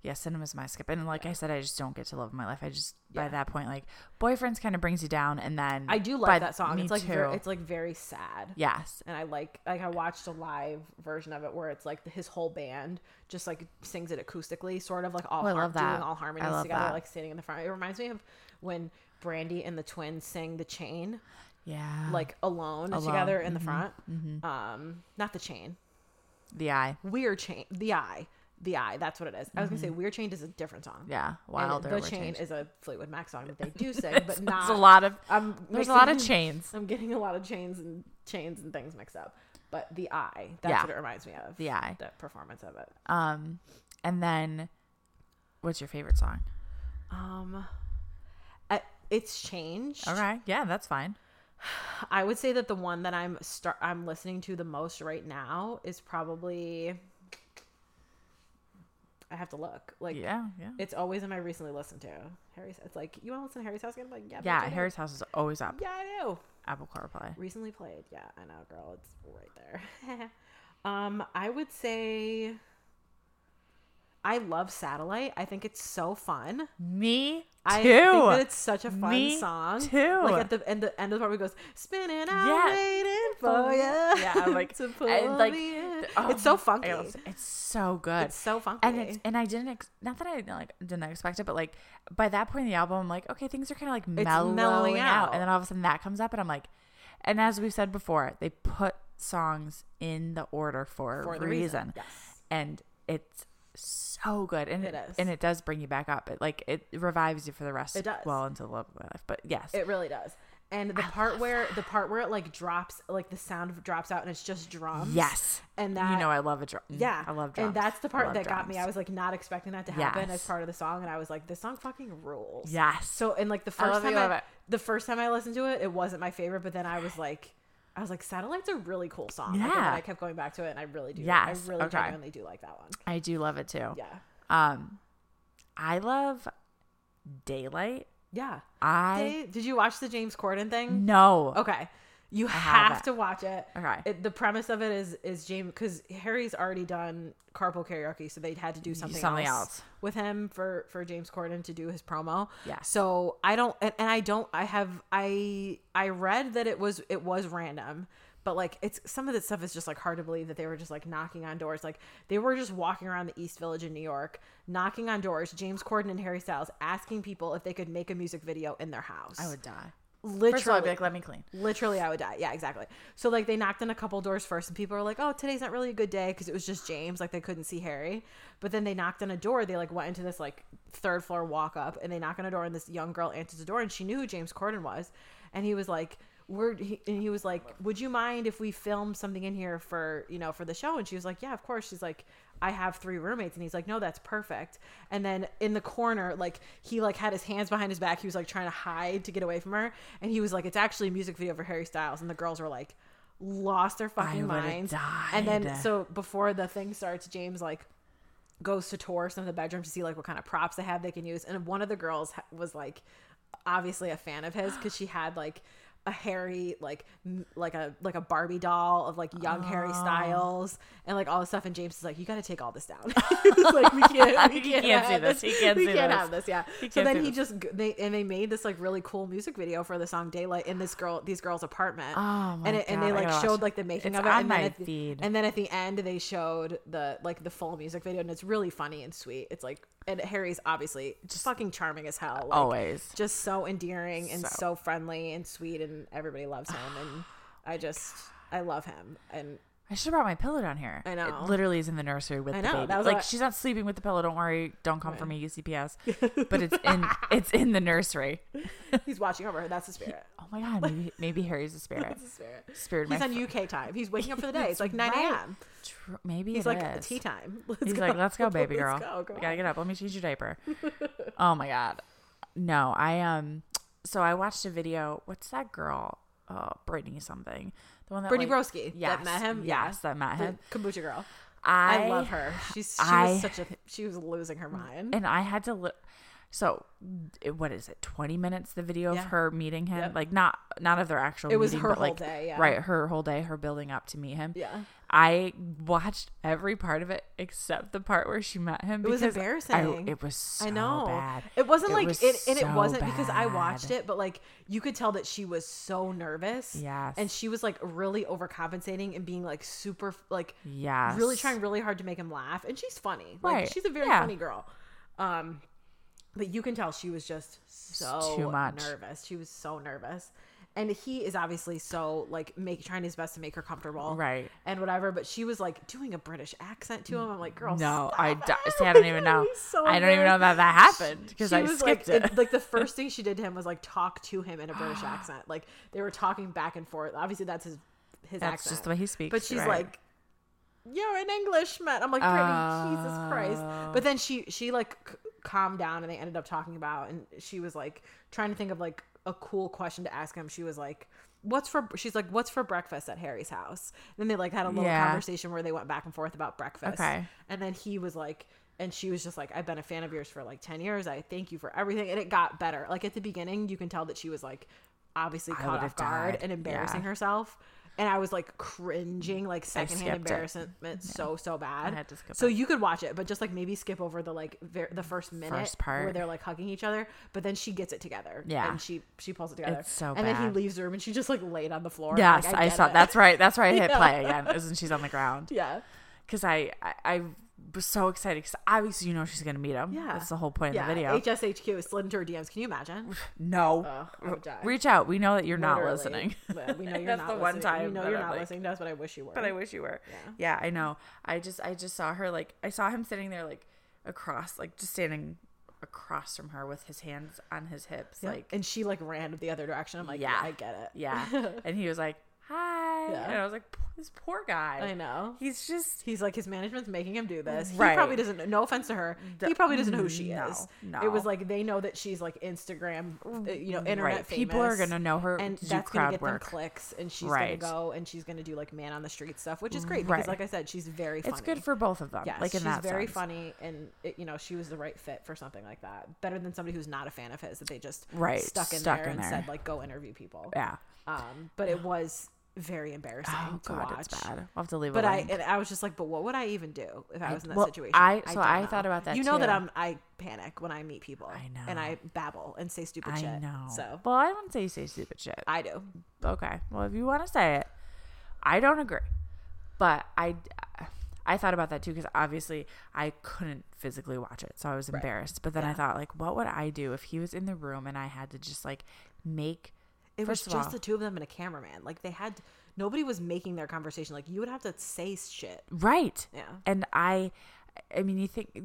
Speaker 1: Yeah. Cinema's my skip. And like I said, I just don't get to love my life. I just, by
Speaker 2: Yeah.
Speaker 1: that point, like, boyfriends kind of brings you down. And then
Speaker 2: I do
Speaker 1: by
Speaker 2: like
Speaker 1: th-
Speaker 2: that song.
Speaker 1: Me
Speaker 2: It's like
Speaker 1: too.
Speaker 2: ver- it's like very sad.
Speaker 1: yes.
Speaker 2: And I like like I watched a live version of it where it's like his whole band just like sings it acoustically, sort of like all
Speaker 1: Oh, I
Speaker 2: har-
Speaker 1: love that.
Speaker 2: doing all
Speaker 1: I
Speaker 2: harmonies
Speaker 1: love
Speaker 2: together,
Speaker 1: that.
Speaker 2: like sitting in the front. It reminds me of when Brandy and the twins sang "The Chain"
Speaker 1: Yeah.
Speaker 2: like alone,
Speaker 1: Ah. Alone. Mm-hmm.
Speaker 2: together in the front. Um, not the chain,
Speaker 1: the eye.
Speaker 2: weird chain, the eye, the eye. That's what it is. I was gonna
Speaker 1: Mm-hmm.
Speaker 2: say weird chain is a different song.
Speaker 1: Yeah.
Speaker 2: And
Speaker 1: Wilder.
Speaker 2: the
Speaker 1: we're
Speaker 2: chain
Speaker 1: changed.
Speaker 2: is a Fleetwood Mac song that they do sing, but not
Speaker 1: There's a lot of,
Speaker 2: I'm
Speaker 1: there's a
Speaker 2: mixing-
Speaker 1: lot of chains.
Speaker 2: I'm getting a lot of chains and chains and things mixed up. But the eye, that's
Speaker 1: Yeah.
Speaker 2: what it reminds me of.
Speaker 1: The eye.
Speaker 2: That performance of it.
Speaker 1: Um, and then what's your favorite song?
Speaker 2: Um I, it's changed.
Speaker 1: Okay. Yeah. That's fine.
Speaker 2: I would say that the one that I'm start I'm listening to the most right now is probably I have to look. Like
Speaker 1: yeah, yeah.
Speaker 2: it's always in my recently listened to. Harry's it's like, you wanna listen to Harry's house again? I'm like, yeah, bitch,
Speaker 1: yeah,
Speaker 2: I do.
Speaker 1: Harry's house is always up.
Speaker 2: Yeah, I do.
Speaker 1: Apple CarPlay.
Speaker 2: Recently played. Yeah, I know, girl. It's right there. um, I would say I love Satellite. I think it's so fun.
Speaker 1: Me too.
Speaker 2: I think that it's such a fun
Speaker 1: Me
Speaker 2: song.
Speaker 1: too.
Speaker 2: Like at the end, the end of the part where it goes spinning out,
Speaker 1: Yeah.
Speaker 2: waiting for you.
Speaker 1: Yeah, I'm like-
Speaker 2: to pull
Speaker 1: and, like,
Speaker 2: me in.
Speaker 1: th- oh
Speaker 2: it's so
Speaker 1: my-
Speaker 2: funky.
Speaker 1: I love- It's so good.
Speaker 2: It's so funky.
Speaker 1: and it's and I didn't ex- not that I like didn't expect it, but like by that point in the album, I'm like, okay, things are kind of like mellowing,
Speaker 2: mellowing
Speaker 1: out.
Speaker 2: out.
Speaker 1: and then all of a sudden that comes up, and I'm like, and as we've said before, they put songs in the order for,
Speaker 2: for
Speaker 1: a
Speaker 2: the
Speaker 1: reason,
Speaker 2: reason. Yes.
Speaker 1: and it's so good, and
Speaker 2: It
Speaker 1: it,
Speaker 2: is.
Speaker 1: and it does bring you back up. It like it revives you for the rest.
Speaker 2: It does.
Speaker 1: well into the love of my life, but yes,
Speaker 2: It really does. And the part where the part where it like drops, like the sound drops out, and it's just drums.
Speaker 1: yes,
Speaker 2: and that
Speaker 1: you know I love a drum.
Speaker 2: Yeah,
Speaker 1: Mm, I love drums.
Speaker 2: and that's the
Speaker 1: I
Speaker 2: part
Speaker 1: love
Speaker 2: that got me.
Speaker 1: drums.
Speaker 2: I was like not expecting that to happen as
Speaker 1: Yes.
Speaker 2: part of the song, and I was like, "This song fucking rules."
Speaker 1: yes,
Speaker 2: So, and like the
Speaker 1: I
Speaker 2: first
Speaker 1: love it,
Speaker 2: time,
Speaker 1: I love
Speaker 2: I,
Speaker 1: it.
Speaker 2: the first time I listened to it, it wasn't my favorite, but then I was like, I was like, "Satellite's a really cool song." Like, and then
Speaker 1: Yeah.
Speaker 2: I kept going back to it, and I really do.
Speaker 1: Yes,
Speaker 2: I really
Speaker 1: okay.
Speaker 2: genuinely do like that one.
Speaker 1: I do love it too.
Speaker 2: Yeah,
Speaker 1: Um, I love daylight.
Speaker 2: yeah.
Speaker 1: I
Speaker 2: Hey, did you watch the James Corden thing?
Speaker 1: no.
Speaker 2: Okay, you
Speaker 1: haven't.
Speaker 2: have to watch it.
Speaker 1: Okay.
Speaker 2: It, the premise of it is is James because Harry's already done carpool karaoke, so they had to do something,
Speaker 1: something
Speaker 2: else,
Speaker 1: else.
Speaker 2: with him for for James Corden to do his promo.
Speaker 1: Yes.
Speaker 2: So I don't, and, and I don't. I have I I read that it was it was random. But like it's some of this stuff is just like hard to believe that they were just like knocking on doors. Like they were just walking around the East Village in New York, knocking on doors. James Corden and Harry Styles asking people if they could make a music video in their house.
Speaker 1: I would die.
Speaker 2: literally
Speaker 1: First of all, I'd be like, let me clean.
Speaker 2: Literally, I would die. Yeah, exactly. So like they knocked on a couple doors first, and people were like, "Oh, today's not really a good day" because it was just James. Like they couldn't see Harry. But then they knocked on a door. They like went into this like third floor walk up, and they knock on a door, and this young girl answers the door, and she knew who James Corden was, and he was like. We're, he, and he was like, "Would you mind if we filmed something in here for you know for the show?" And she was like, "Yeah, of course." She's like, "I have three roommates," and he's like, "No, that's perfect." And then in the corner, like he like had his hands behind his back. He was like trying to hide to get away from her, and he was like, "It's actually a music video for Harry Styles." And the girls were like, lost their fucking
Speaker 1: would've
Speaker 2: minds. And then
Speaker 1: died.
Speaker 2: so before the thing starts, James like goes to tour some of the bedrooms to see like what kind of props they have they can use. And one of the girls ha- was like obviously a fan of his because she had like a Harry like m- like a like a Barbie doll of like young
Speaker 1: Oh.
Speaker 2: Harry Styles and like all this stuff. And James is like, you got to take all this down. It's like we can't, we
Speaker 1: He
Speaker 2: can't,
Speaker 1: can't see
Speaker 2: have
Speaker 1: this. He can't
Speaker 2: we
Speaker 1: see
Speaker 2: can't
Speaker 1: this.
Speaker 2: have this. Yeah. So
Speaker 1: can't
Speaker 2: then
Speaker 1: see
Speaker 2: he
Speaker 1: this.
Speaker 2: just g- they and they made this like really cool music video for the song Daylight in this girl these girls' apartment.
Speaker 1: Oh my
Speaker 2: and it, and
Speaker 1: God,
Speaker 2: they
Speaker 1: I
Speaker 2: like
Speaker 1: gotta watch
Speaker 2: showed
Speaker 1: it.
Speaker 2: like the making
Speaker 1: It's
Speaker 2: of it
Speaker 1: on
Speaker 2: and then
Speaker 1: my
Speaker 2: at the,
Speaker 1: feed.
Speaker 2: and then at the end they showed the like the full music video and it's really funny and sweet. It's like and Harry's obviously just fucking charming as hell. Like,
Speaker 1: Always.
Speaker 2: Just so endearing and so.
Speaker 1: So.
Speaker 2: friendly and sweet and everybody loves him and I just I love him and
Speaker 1: I should have brought my pillow down here.
Speaker 2: I know.
Speaker 1: It literally is in the nursery with
Speaker 2: I
Speaker 1: the
Speaker 2: know,
Speaker 1: baby.
Speaker 2: that was
Speaker 1: Like
Speaker 2: what-
Speaker 1: she's not sleeping with the pillow. Don't worry. Don't come for me, UCPS. but it's in it's in the nursery.
Speaker 2: he's watching over her. That's the spirit.
Speaker 1: Oh my god. Maybe maybe Harry's a spirit.
Speaker 2: That's the spirit.
Speaker 1: Spirit.
Speaker 2: He's
Speaker 1: my
Speaker 2: on
Speaker 1: fr-
Speaker 2: UK time. He's waking up for the day. It's
Speaker 1: That's
Speaker 2: like 9
Speaker 1: right.
Speaker 2: a.m.
Speaker 1: Tr- maybe
Speaker 2: He's
Speaker 1: it
Speaker 2: like
Speaker 1: is.
Speaker 2: tea time. Let's
Speaker 1: He's
Speaker 2: go.
Speaker 1: like, let's go, baby girl.
Speaker 2: Let's go, girl.
Speaker 1: We gotta get up. Let me change your diaper. oh my god. No, I um. So I watched a video. What's that girl? Oh, Brittany something. The one that
Speaker 2: Brittany
Speaker 1: like,
Speaker 2: Broski
Speaker 1: Yes,
Speaker 2: that met him.
Speaker 1: Yes,
Speaker 2: yeah.
Speaker 1: that met him.
Speaker 2: The kombucha girl.
Speaker 1: I,
Speaker 2: I, love her. She's she
Speaker 1: I-
Speaker 2: was such a she was losing her mind.
Speaker 1: And I had to. Li- so, it- what is it? Twenty minutes? The video
Speaker 2: Yeah.
Speaker 1: of her meeting him,
Speaker 2: Yep.
Speaker 1: like not not of their actual.
Speaker 2: It was
Speaker 1: meeting,
Speaker 2: her
Speaker 1: but,
Speaker 2: whole
Speaker 1: like,
Speaker 2: day, yeah.
Speaker 1: Right, her whole day, her building up to meet him.
Speaker 2: Yeah.
Speaker 1: I watched every part of it except the part where she met him.
Speaker 2: It was
Speaker 1: because I-
Speaker 2: embarrassing.
Speaker 1: it was. So
Speaker 2: I know.
Speaker 1: Bad.
Speaker 2: It wasn't
Speaker 1: It
Speaker 2: like
Speaker 1: was
Speaker 2: it and
Speaker 1: so
Speaker 2: it wasn't because I
Speaker 1: bad.
Speaker 2: watched it, but like you could tell that she was so nervous.
Speaker 1: Yes.
Speaker 2: And she was like really overcompensating and being like super like
Speaker 1: Yes.
Speaker 2: really trying really hard to make him laugh. And she's funny. Like
Speaker 1: Right.
Speaker 2: she's a very
Speaker 1: Yeah.
Speaker 2: funny girl. Um but you can tell she was just so
Speaker 1: too much.
Speaker 2: nervous. She was so nervous. And he is obviously so like make trying his best to make her comfortable.
Speaker 1: Right.
Speaker 2: And whatever, but she was like doing a British accent to him. I'm like, girl,
Speaker 1: No,
Speaker 2: stop
Speaker 1: I,
Speaker 2: it.
Speaker 1: d- see, I don't even know.
Speaker 2: He's so
Speaker 1: I don't even know
Speaker 2: embarrassed.
Speaker 1: that that happened because
Speaker 2: She
Speaker 1: I
Speaker 2: was,
Speaker 1: skipped
Speaker 2: like,
Speaker 1: it.
Speaker 2: Like the first thing she did to him was like talk to him in a British accent. Like they were talking back and forth. Obviously, that's his his
Speaker 1: That's
Speaker 2: accent.
Speaker 1: just the way he speaks.
Speaker 2: But she's
Speaker 1: right?
Speaker 2: like, "You're an Englishman." I'm like, "Brittany, Jesus
Speaker 1: Oh.
Speaker 2: Christ!" But then she she like c- calmed down, and they ended up talking about, and she was like trying to think of like a cool question to ask him. She was like, what's for she's like what's for breakfast at harry's house and then they like had a little
Speaker 1: Yeah.
Speaker 2: conversation where they went back and forth about breakfast
Speaker 1: Okay.
Speaker 2: and then he was like and she was just like i've been a fan of yours for like 10 years i thank you for everything and it got better like at the beginning you can tell that she was like obviously
Speaker 1: I
Speaker 2: caught
Speaker 1: would've
Speaker 2: off guard
Speaker 1: died.
Speaker 2: and embarrassing
Speaker 1: Yeah.
Speaker 2: herself and i was like cringing like secondhand
Speaker 1: skipped it.
Speaker 2: embarrassment so so bad
Speaker 1: I had to skip
Speaker 2: so
Speaker 1: it.
Speaker 2: you could watch it but just like maybe skip over the like ver- the first minute
Speaker 1: First part.
Speaker 2: where they're like hugging each other but then she gets it together
Speaker 1: Yeah.
Speaker 2: and she she pulls it together
Speaker 1: It's so
Speaker 2: and then
Speaker 1: bad.
Speaker 2: he leaves the room and she just like laid on the floor
Speaker 1: Yes,
Speaker 2: Like,
Speaker 1: I,
Speaker 2: get
Speaker 1: saw.
Speaker 2: it.
Speaker 1: That's right. That's right. I hit
Speaker 2: Yeah.
Speaker 1: play again. Isn't she's on the ground?
Speaker 2: yeah
Speaker 1: Because I, I, I was so excited because obviously you know she's gonna meet him.
Speaker 2: Yeah.
Speaker 1: that's the whole point
Speaker 2: yeah
Speaker 1: of the video.
Speaker 2: hshq slid into her dms can you imagine
Speaker 1: no,
Speaker 2: Oh, I would die.
Speaker 1: reach out. We know that you're not
Speaker 2: Literally.
Speaker 1: listening.
Speaker 2: Yeah, we know you're
Speaker 1: That's
Speaker 2: not
Speaker 1: the
Speaker 2: listening.
Speaker 1: one time
Speaker 2: we know
Speaker 1: that
Speaker 2: you're
Speaker 1: I'm
Speaker 2: not
Speaker 1: like-
Speaker 2: listening that's what i wish you were
Speaker 1: But I wish you were.
Speaker 2: Yeah.
Speaker 1: Yeah, I know. I just I just saw her like I saw him sitting there like across like just standing across from her with his hands on his hips
Speaker 2: Yeah.
Speaker 1: like
Speaker 2: and she like ran the other direction i'm like yeah,
Speaker 1: Yeah.
Speaker 2: i get it
Speaker 1: yeah. and he was like, "Hi."
Speaker 2: Yeah.
Speaker 1: And I was like, "P- "This poor guy."
Speaker 2: i know
Speaker 1: He's just
Speaker 2: He's like his management's making him do this. He
Speaker 1: Right.
Speaker 2: probably doesn't. No offense to her, he probably doesn't know who she
Speaker 1: no,
Speaker 2: is.
Speaker 1: no. Mm,
Speaker 2: It was like they know that she's like Instagram, uh, you know, internet
Speaker 1: Right. People are
Speaker 2: famous,
Speaker 1: gonna know her
Speaker 2: and
Speaker 1: to do
Speaker 2: that's gonna
Speaker 1: crowd
Speaker 2: get
Speaker 1: work.
Speaker 2: them clicks. And she's
Speaker 1: Right. Mm,
Speaker 2: gonna go and she's gonna do like man on the street stuff, which is great
Speaker 1: Right.
Speaker 2: because, like I said, she's very. funny.
Speaker 1: it's good for both of them.
Speaker 2: Yes,
Speaker 1: like in
Speaker 2: she's
Speaker 1: that
Speaker 2: very
Speaker 1: sense.
Speaker 2: funny, and it, you know she was the right fit for something like that. Better than somebody who's not a fan of his that they just
Speaker 1: Right,
Speaker 2: stuck in
Speaker 1: stuck
Speaker 2: there
Speaker 1: in
Speaker 2: and
Speaker 1: there.
Speaker 2: said like go interview people.
Speaker 1: Yeah.
Speaker 2: Um, but it was very embarrassing
Speaker 1: Oh
Speaker 2: to
Speaker 1: god,
Speaker 2: watch.
Speaker 1: it's bad. I'll have to leave.
Speaker 2: But
Speaker 1: a
Speaker 2: I
Speaker 1: link.
Speaker 2: and I was just like, but what would I even do if I was in that
Speaker 1: well,
Speaker 2: situation?
Speaker 1: I- so
Speaker 2: don't
Speaker 1: I thought about that
Speaker 2: You know that
Speaker 1: too.
Speaker 2: I'm I panic when I meet people.
Speaker 1: I
Speaker 2: and
Speaker 1: know.
Speaker 2: I babble and say stupid
Speaker 1: I
Speaker 2: shit.
Speaker 1: know.
Speaker 2: So
Speaker 1: well, I wouldn't say you say stupid shit.
Speaker 2: I do.
Speaker 1: okay well if you want to say it i don't agree but i i thought about that too because obviously i couldn't physically watch it so i was embarrassed but then i thought like what would i do if he was in the room and i had to just like make
Speaker 2: It
Speaker 1: First
Speaker 2: was
Speaker 1: of
Speaker 2: just
Speaker 1: all-
Speaker 2: the two of them and a cameraman. Like they had nobody was making their conversation. Like you would have to say shit.
Speaker 1: right
Speaker 2: Yeah.
Speaker 1: and i i mean you think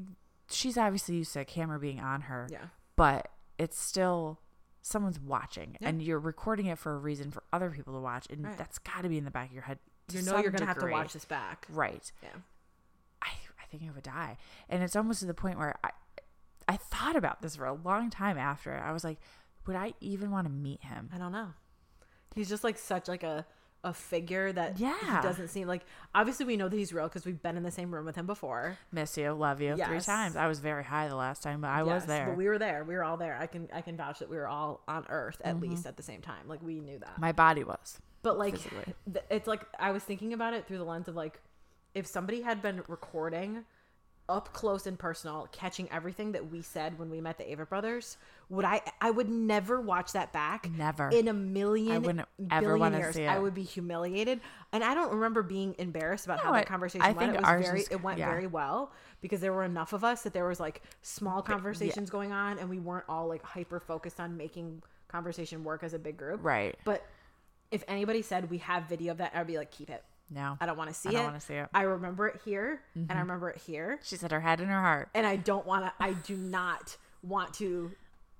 Speaker 1: she's obviously used to a camera being on her
Speaker 2: Yeah.
Speaker 1: but it's still someone's watching and you're recording it for a reason for other people to watch and
Speaker 2: Right.
Speaker 1: that's got to be in the back of your head to
Speaker 2: You know you're
Speaker 1: some
Speaker 2: gonna
Speaker 1: degree.
Speaker 2: have to watch this back.
Speaker 1: right
Speaker 2: Yeah.
Speaker 1: I, I think I would die. And it's almost to the point where I, I thought about this for a long time after. I was like, would I even want to meet him?
Speaker 2: I don't know. He's just like such like a a figure that
Speaker 1: Yeah.
Speaker 2: he doesn't seem like obviously we know that he's real because we've been in the same room with him before.
Speaker 1: Miss you, love you three
Speaker 2: Yes.
Speaker 1: times. I was very high the last time, but I was
Speaker 2: Yes,
Speaker 1: there.
Speaker 2: But we were there. We were all there. I can I can vouch that we were all on Earth at least at the same time. Like we knew that.
Speaker 1: My body was.
Speaker 2: But like
Speaker 1: physically.
Speaker 2: th- it's like I was thinking about it through the lens of like if somebody had been recording up close and personal, catching everything that we said when we met the Ava brothers, would I I would never watch that back.
Speaker 1: Never.
Speaker 2: In a million
Speaker 1: I wouldn't ever
Speaker 2: billion
Speaker 1: wanna
Speaker 2: years.
Speaker 1: see
Speaker 2: I
Speaker 1: it.
Speaker 2: would be humiliated. And I don't remember being embarrassed about how
Speaker 1: No,
Speaker 2: that
Speaker 1: I-
Speaker 2: conversation
Speaker 1: I
Speaker 2: went.
Speaker 1: think
Speaker 2: it was
Speaker 1: ours
Speaker 2: very
Speaker 1: was-
Speaker 2: it went
Speaker 1: yeah.
Speaker 2: very well because there were enough of us that there was like small conversations going on and we weren't all like hyper focused on making conversation work as a big group.
Speaker 1: Right.
Speaker 2: But if anybody said we have video of that, I'd be like, keep it.
Speaker 1: No.
Speaker 2: I don't want to see
Speaker 1: I don't
Speaker 2: it.
Speaker 1: wanna see it. Mm-hmm.
Speaker 2: I remember it here, and I remember it here,
Speaker 1: She said her head and her heart.
Speaker 2: and I don't want to. I do not want to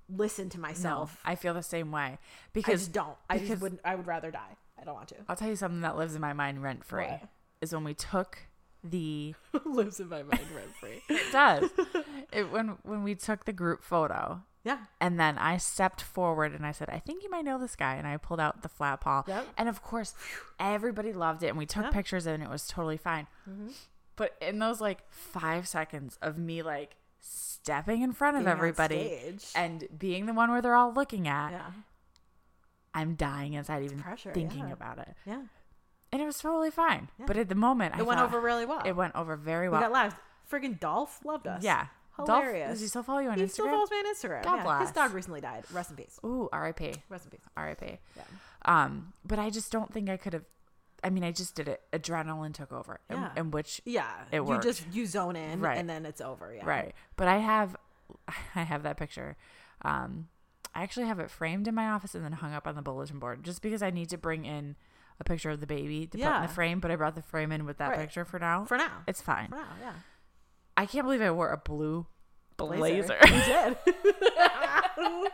Speaker 2: listen to
Speaker 1: No,
Speaker 2: myself.
Speaker 1: I feel the same way.
Speaker 2: I
Speaker 1: Because
Speaker 2: just don't. I just
Speaker 1: because-
Speaker 2: wouldn't. I would rather die. I don't want to.
Speaker 1: I'll tell you something that lives in my mind rent free
Speaker 2: What?
Speaker 1: is when we took the
Speaker 2: Lives in my mind rent free.
Speaker 1: it does it when when we took the group photo
Speaker 2: yeah.
Speaker 1: And then I stepped forward and I said, I think you might know this guy. And I pulled out the flat ball.
Speaker 2: Yep.
Speaker 1: And of course, everybody loved it. And we took
Speaker 2: Yeah. Mm-hmm.
Speaker 1: pictures and it was totally fine. But in those like five seconds of me like stepping in front of
Speaker 2: Being on
Speaker 1: everybody
Speaker 2: stage.
Speaker 1: and being the one where they're all looking at,
Speaker 2: Yeah.
Speaker 1: I'm dying inside even
Speaker 2: pressure,
Speaker 1: thinking
Speaker 2: yeah.
Speaker 1: about it.
Speaker 2: Yeah.
Speaker 1: And it was totally fine. But at the moment, I
Speaker 2: It went
Speaker 1: thought-
Speaker 2: over really well.
Speaker 1: It went over very
Speaker 2: We
Speaker 1: well.
Speaker 2: got laughs. Friggin' Dolph loved us.
Speaker 1: yeah. Dolph-
Speaker 2: Hilarious.
Speaker 1: does he still follow you on
Speaker 2: He
Speaker 1: Instagram?
Speaker 2: still follows me on Instagram.
Speaker 1: God
Speaker 2: yeah. His
Speaker 1: bless.
Speaker 2: dog recently died. Rest in peace.
Speaker 1: Ooh, R.I.P.
Speaker 2: Rest in peace.
Speaker 1: RIP.
Speaker 2: Yeah.
Speaker 1: Um, but I just don't think I could have. I mean, I just did it. Adrenaline took over, and,
Speaker 2: Yeah.
Speaker 1: and which
Speaker 2: Yeah.
Speaker 1: It
Speaker 2: You
Speaker 1: worked.
Speaker 2: just you zone in,
Speaker 1: Right.
Speaker 2: and then it's over. Yeah.
Speaker 1: right. But I have, I have that picture. Um, I actually have it framed in my office and then hung up on the bulletin board just because I need to bring in a picture of the baby to put in
Speaker 2: Yeah.
Speaker 1: the frame. But I brought the frame in with that
Speaker 2: Right.
Speaker 1: picture for now.
Speaker 2: For now.
Speaker 1: it's fine.
Speaker 2: For now. Yeah.
Speaker 1: I can't believe I wore a blue blazer,
Speaker 2: You did.
Speaker 1: an
Speaker 2: You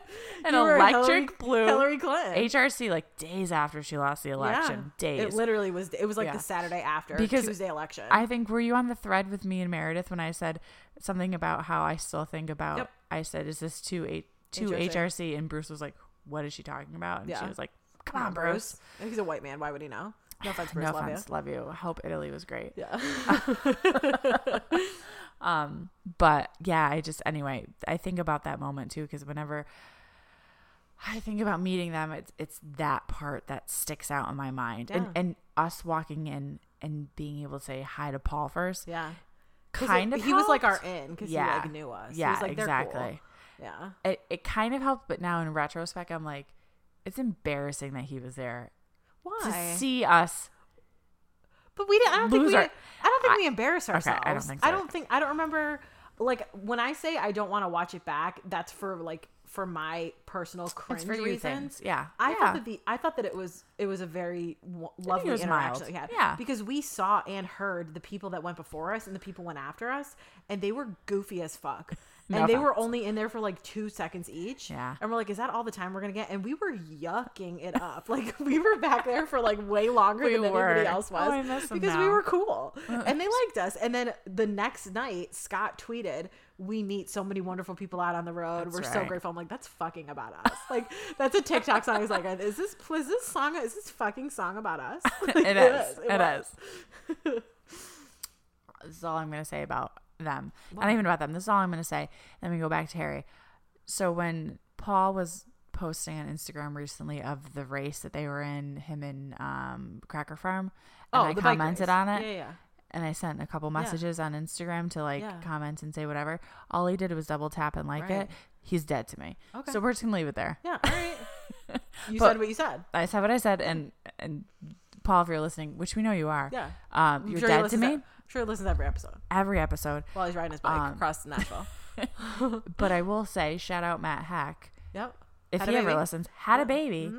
Speaker 2: were
Speaker 1: electric
Speaker 2: Hillary-
Speaker 1: blue
Speaker 2: Hillary Clinton.
Speaker 1: HRC like days after she lost the
Speaker 2: Yeah.
Speaker 1: election. Days.
Speaker 2: It literally was. It was like
Speaker 1: Yeah.
Speaker 2: the Saturday after
Speaker 1: Because
Speaker 2: Tuesday election.
Speaker 1: I think were you on the thread with me and Meredith when I said something about how I still think about
Speaker 2: Yep.
Speaker 1: I said is this too a too
Speaker 2: HRC?
Speaker 1: HRC and Bruce was like what is she talking about and
Speaker 2: Yeah.
Speaker 1: she was like Come on, Bruce.
Speaker 2: He's a white man. Why would he know? No offense, Bruce.
Speaker 1: no
Speaker 2: love
Speaker 1: offense. Uh, Love you. Hope Italy was great.
Speaker 2: you. Yeah.
Speaker 1: Um, but yeah, I just anyway, I think about that moment too because whenever I think about meeting them, it's it's that part that sticks out in my mind, and
Speaker 2: Yeah.
Speaker 1: and us walking in and being able to say hi to Paul first,
Speaker 2: Yeah. 'Cause
Speaker 1: kind
Speaker 2: it-
Speaker 1: of
Speaker 2: He was like our
Speaker 1: helped.
Speaker 2: in because
Speaker 1: Yeah.
Speaker 2: he like knew us. He
Speaker 1: yeah,
Speaker 2: was like, "They're cool."
Speaker 1: exactly.
Speaker 2: Yeah.
Speaker 1: It it kind of helped, but now in retrospect, I'm like, it's embarrassing that he was there
Speaker 2: Why?
Speaker 1: to see us.
Speaker 2: But we didn't. I don't
Speaker 1: Lose
Speaker 2: think we.
Speaker 1: our-
Speaker 2: did- I don't think we embarrass
Speaker 1: I don't
Speaker 2: ourselves.
Speaker 1: think
Speaker 2: I
Speaker 1: so.
Speaker 2: don't think. I don't remember. Like when I say I don't want to watch it back, that's for like for my personal cringe
Speaker 1: It's for you
Speaker 2: reasons.
Speaker 1: things, yeah.
Speaker 2: I
Speaker 1: yeah.
Speaker 2: thought that the I thought that it was it was a very w- lovely
Speaker 1: was
Speaker 2: interaction
Speaker 1: mild.
Speaker 2: that we had.
Speaker 1: Yeah.
Speaker 2: because we saw and heard the people that went before us and the people went after us, and they were goofy as fuck.
Speaker 1: No
Speaker 2: and they were
Speaker 1: offense.
Speaker 2: only in there for like two seconds each.
Speaker 1: Yeah.
Speaker 2: And we're like, is that all the time we're gonna get? And we were yucking it up. Like we were back there for like way longer
Speaker 1: We
Speaker 2: than anybody
Speaker 1: were.
Speaker 2: else was.
Speaker 1: Oh, I miss them
Speaker 2: because we
Speaker 1: now.
Speaker 2: were cool.
Speaker 1: Uh,
Speaker 2: and they liked us. And then the next night, Scott tweeted, We meet so many wonderful people out on the road.
Speaker 1: That's
Speaker 2: we're so
Speaker 1: right.
Speaker 2: grateful. I'm like, that's fucking about us. Like that's a TikTok song. He's like, is this is this song is this fucking song about us? Like,
Speaker 1: it is.
Speaker 2: was,
Speaker 1: It
Speaker 2: was.
Speaker 1: is. this is all I'm gonna say about them. Not even about them. This is all I'm gonna say. Then we go back to Harry. So when Paul was posting on Instagram recently of the race that they were in, him and um, Cracker Farm, and I
Speaker 2: Oh, the bike
Speaker 1: commented
Speaker 2: race.
Speaker 1: on it,
Speaker 2: Yeah, yeah.
Speaker 1: and I sent a couple messages on Instagram to like
Speaker 2: Yeah.
Speaker 1: comment and say whatever. All he did was double tap and like
Speaker 2: Right.
Speaker 1: it. He's dead to me.
Speaker 2: Okay.
Speaker 1: So we're just gonna leave it there.
Speaker 2: Yeah, all right. You
Speaker 1: But-
Speaker 2: said what you said.
Speaker 1: I said what I said, and and Paul, if you're listening, which we know you are,
Speaker 2: Yeah.
Speaker 1: um, you're
Speaker 2: sure he
Speaker 1: dead to
Speaker 2: listens
Speaker 1: me.
Speaker 2: I'm sure he listens to every episode
Speaker 1: every episode.
Speaker 2: while he's riding his bike
Speaker 1: Um,
Speaker 2: across Nashville.
Speaker 1: But I will say, shout out Matt Hack
Speaker 2: Yep.
Speaker 1: if
Speaker 2: Had a
Speaker 1: he ever
Speaker 2: baby. Mm-hmm.
Speaker 1: listens. Had a baby.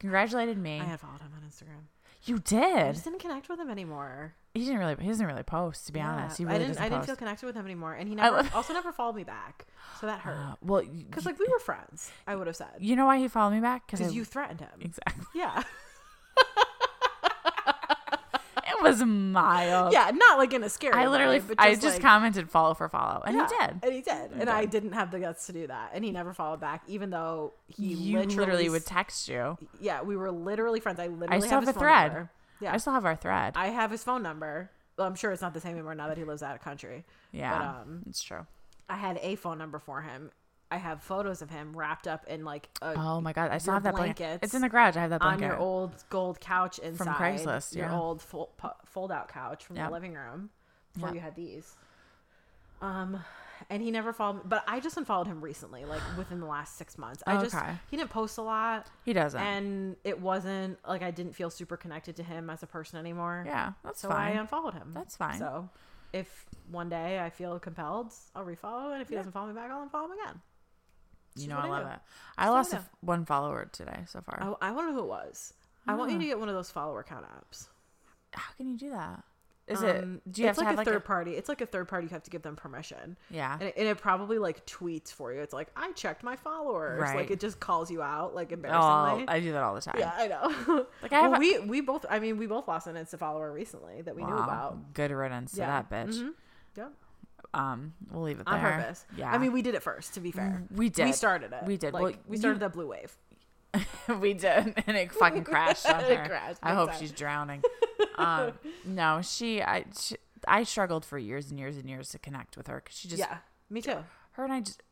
Speaker 1: Congratulated me.
Speaker 2: I had followed him on Instagram.
Speaker 1: you
Speaker 2: I
Speaker 1: did.
Speaker 2: just didn't connect with him anymore.
Speaker 1: He didn't really. He doesn't really post, to be
Speaker 2: Yeah,
Speaker 1: honest. He
Speaker 2: I
Speaker 1: really
Speaker 2: didn't.
Speaker 1: doesn't
Speaker 2: I didn't
Speaker 1: post.
Speaker 2: feel connected with him anymore, and he never
Speaker 1: love-
Speaker 2: also never followed me back. So that hurt.
Speaker 1: Uh, well, y-
Speaker 2: Because like we were friends, I would have said
Speaker 1: you know why he followed me back? I-
Speaker 2: because you threatened him.
Speaker 1: exactly.
Speaker 2: Yeah,
Speaker 1: It was mild.
Speaker 2: yeah, not like in a scary.
Speaker 1: I literally.
Speaker 2: way, but
Speaker 1: I just
Speaker 2: like-
Speaker 1: commented follow for follow, and he
Speaker 2: yeah,
Speaker 1: did.
Speaker 2: and he did, and I didn't have the guts to do that, and he never followed back, even though he
Speaker 1: you literally,
Speaker 2: literally
Speaker 1: would
Speaker 2: s-
Speaker 1: text you.
Speaker 2: yeah, we were literally friends. I literally
Speaker 1: I still have,
Speaker 2: his
Speaker 1: a
Speaker 2: phone
Speaker 1: thread.
Speaker 2: number. Yeah,
Speaker 1: I still have our thread.
Speaker 2: I have his phone number. Well, I'm sure it's not the same anymore now that he lives out of country.
Speaker 1: yeah,
Speaker 2: but, um,
Speaker 1: it's true.
Speaker 2: I had a phone number for him. I have photos of him wrapped up in like a
Speaker 1: Oh my god, I still
Speaker 2: your
Speaker 1: have that blanket.
Speaker 2: blankets
Speaker 1: It's in the garage. I have that
Speaker 2: on
Speaker 1: blanket.
Speaker 2: your old gold couch inside
Speaker 1: Craigslist,
Speaker 2: your
Speaker 1: yeah.
Speaker 2: old fold, fold out couch from
Speaker 1: Yeah.
Speaker 2: the living room before
Speaker 1: Yeah.
Speaker 2: you had these. Um, and he never followed, but I just unfollowed him recently, like within the last six months. I just
Speaker 1: Okay.
Speaker 2: he didn't post a lot,
Speaker 1: he doesn't.
Speaker 2: and it wasn't like I didn't feel super connected to him as a person anymore.
Speaker 1: yeah, that's
Speaker 2: so
Speaker 1: fine.
Speaker 2: I unfollowed him.
Speaker 1: That's fine.
Speaker 2: So if one day I feel compelled, I'll refollow, and if he doesn't follow me back, I'll unfollow him again.
Speaker 1: You
Speaker 2: Just
Speaker 1: know,
Speaker 2: what
Speaker 1: I
Speaker 2: I
Speaker 1: love
Speaker 2: do.
Speaker 1: it. I
Speaker 2: what I
Speaker 1: lost a
Speaker 2: do.
Speaker 1: f one follower today so far.
Speaker 2: I, I wonder who it was. I want you to get one of those follower count apps.
Speaker 1: How can you do that? Is
Speaker 2: Um,
Speaker 1: it? Do you have
Speaker 2: it's
Speaker 1: to
Speaker 2: like
Speaker 1: have
Speaker 2: a
Speaker 1: like Ah.
Speaker 2: third party? It's like a third party. You have to give them permission,
Speaker 1: a? Yeah.
Speaker 2: and it, and it probably like tweets for you. It's like I checked my followers.
Speaker 1: Right.
Speaker 2: Like it just calls you out like
Speaker 1: Oh,
Speaker 2: embarrassingly.
Speaker 1: I do that all the time.
Speaker 2: yeah, I know.
Speaker 1: Like,
Speaker 2: like
Speaker 1: I have a-
Speaker 2: we we both. I mean, we both lost an Insta follower recently that we knew
Speaker 1: Wow.
Speaker 2: about.
Speaker 1: Good riddance
Speaker 2: Yeah. Mm-hmm.
Speaker 1: to that bitch.
Speaker 2: Mhm. Yep.
Speaker 1: Um, we'll leave it there.
Speaker 2: On purpose.
Speaker 1: Yeah.
Speaker 2: I mean, we did it first. To be fair,
Speaker 1: we did.
Speaker 2: We started it.
Speaker 1: We did.
Speaker 2: Like,
Speaker 1: Well,
Speaker 2: we started
Speaker 1: you-
Speaker 2: that blue wave.
Speaker 1: we did, and it fucking crashed on her.
Speaker 2: It crashed
Speaker 1: I
Speaker 2: big
Speaker 1: hope
Speaker 2: time.
Speaker 1: she's drowning. um, no, she. I. She, I struggled for years and years and years to connect with her because she just
Speaker 2: yeah. Me too.
Speaker 1: her and I just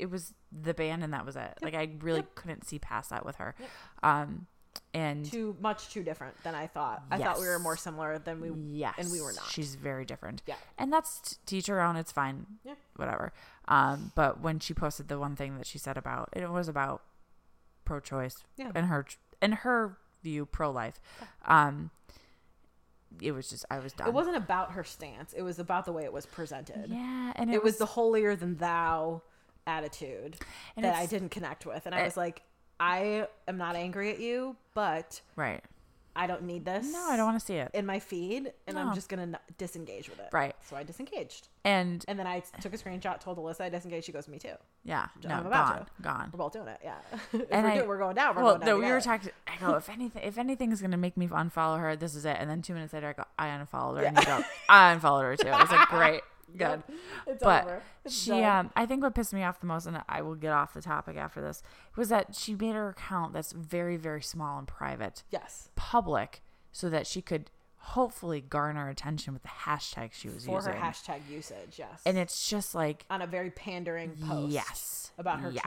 Speaker 1: it was the band and that was it. Like I really couldn't see past that with her. Um and
Speaker 2: Too much. Too different than I thought. I thought we were
Speaker 1: Yes.
Speaker 2: more similar than we.
Speaker 1: yes,
Speaker 2: And we were not.
Speaker 1: She's very different.
Speaker 2: Yeah.
Speaker 1: And that's t- teach her own, it's fine.
Speaker 2: Yeah.
Speaker 1: Whatever. Um but when she posted the one thing that she said about it was about pro choice
Speaker 2: Yeah.
Speaker 1: and her in her view pro life. Um it was just I was done.
Speaker 2: It wasn't about her stance. It was about the way it was presented.
Speaker 1: yeah, and
Speaker 2: it was the holier than thou attitude
Speaker 1: And
Speaker 2: that
Speaker 1: it's- Eh.
Speaker 2: I didn't connect with. And I
Speaker 1: it-
Speaker 2: was like, I am not angry at you, but
Speaker 1: right.
Speaker 2: I don't need this.
Speaker 1: No, I don't want to see it.
Speaker 2: in my feed, and
Speaker 1: No.
Speaker 2: I'm just gonna n- disengage with it.
Speaker 1: Right.
Speaker 2: So I disengaged,
Speaker 1: And
Speaker 2: and then I took a screenshot, told Alyssa I disengaged. She goes, "Me too.
Speaker 1: yeah, no,
Speaker 2: I'm
Speaker 1: gone,
Speaker 2: about to.
Speaker 1: gone.
Speaker 2: We're both doing it. Yeah. if
Speaker 1: And
Speaker 2: we're,
Speaker 1: I-
Speaker 2: doing, we're going down. We're
Speaker 1: well,
Speaker 2: going down
Speaker 1: no, we were
Speaker 2: together.
Speaker 1: talking. I go, if anything, if anything is gonna make me unfollow her, this is it. And then two minutes later, I go, I unfollowed her, and you go, I unfollowed her too. I was like, great, Good.
Speaker 2: It's
Speaker 1: But
Speaker 2: over. It's
Speaker 1: She,
Speaker 2: done.
Speaker 1: um, I think what pissed me off the most, and I will get off the topic after this, was that she made her account that's very, very small and private
Speaker 2: yes,
Speaker 1: public so that she could hopefully garner attention with the hashtag she was
Speaker 2: for
Speaker 1: using.
Speaker 2: her hashtag usage. Yes,
Speaker 1: and it's just like,
Speaker 2: on a very pandering post.
Speaker 1: yes,
Speaker 2: about her
Speaker 1: yes,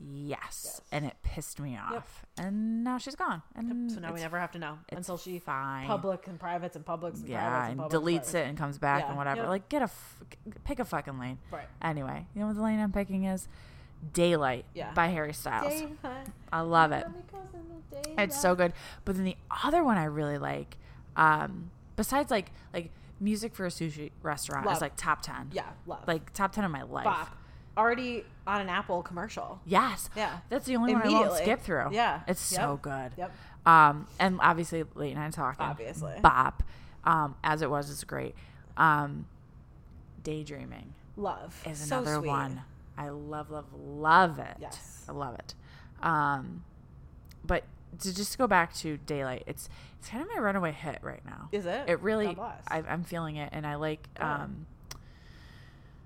Speaker 1: yes,
Speaker 2: Yes.
Speaker 1: and it pissed me off. And now she's gone, and
Speaker 2: So now we
Speaker 1: Mm. it's
Speaker 2: never have to know
Speaker 1: it's
Speaker 2: until she
Speaker 1: fine.
Speaker 2: public and privates and publics and
Speaker 1: yeah,
Speaker 2: privates and
Speaker 1: and
Speaker 2: publics and
Speaker 1: deletes
Speaker 2: privates.
Speaker 1: it and comes back
Speaker 2: Yeah,
Speaker 1: and whatever.
Speaker 2: yep.
Speaker 1: Like, get a f- pick a fucking lane.
Speaker 2: Right.
Speaker 1: Anyway, you know what the lane I'm picking is? Daylight
Speaker 2: Yeah.
Speaker 1: by Harry Styles.
Speaker 2: Daylight.
Speaker 1: I love it.
Speaker 2: Because of the
Speaker 1: It's so
Speaker 2: daylight.
Speaker 1: good. But then the other one I really like, um, besides like like music for a sushi restaurant
Speaker 2: Love.
Speaker 1: is like top ten.
Speaker 2: Yeah, love.
Speaker 1: Like top ten of my life.
Speaker 2: Bop. Already on an Apple commercial.
Speaker 1: Yes.
Speaker 2: Yeah.
Speaker 1: That's the only one I won't
Speaker 2: Immediately.
Speaker 1: skip through.
Speaker 2: Yeah.
Speaker 1: It's
Speaker 2: Yep.
Speaker 1: so good.
Speaker 2: Yep.
Speaker 1: Um, and obviously late night talking.
Speaker 2: Obviously.
Speaker 1: Bop. Um, as it was, it's great. Um, daydreaming
Speaker 2: Love.
Speaker 1: is
Speaker 2: So
Speaker 1: another
Speaker 2: sweet.
Speaker 1: one. I love, love, love it.
Speaker 2: Yes.
Speaker 1: I love it. Um, but to just go back to daylight, it's it's kind of my runaway hit right now.
Speaker 2: Is it?
Speaker 1: It really,
Speaker 2: God bless.
Speaker 1: I, I'm feeling it, and I like.
Speaker 2: Good.
Speaker 1: Um,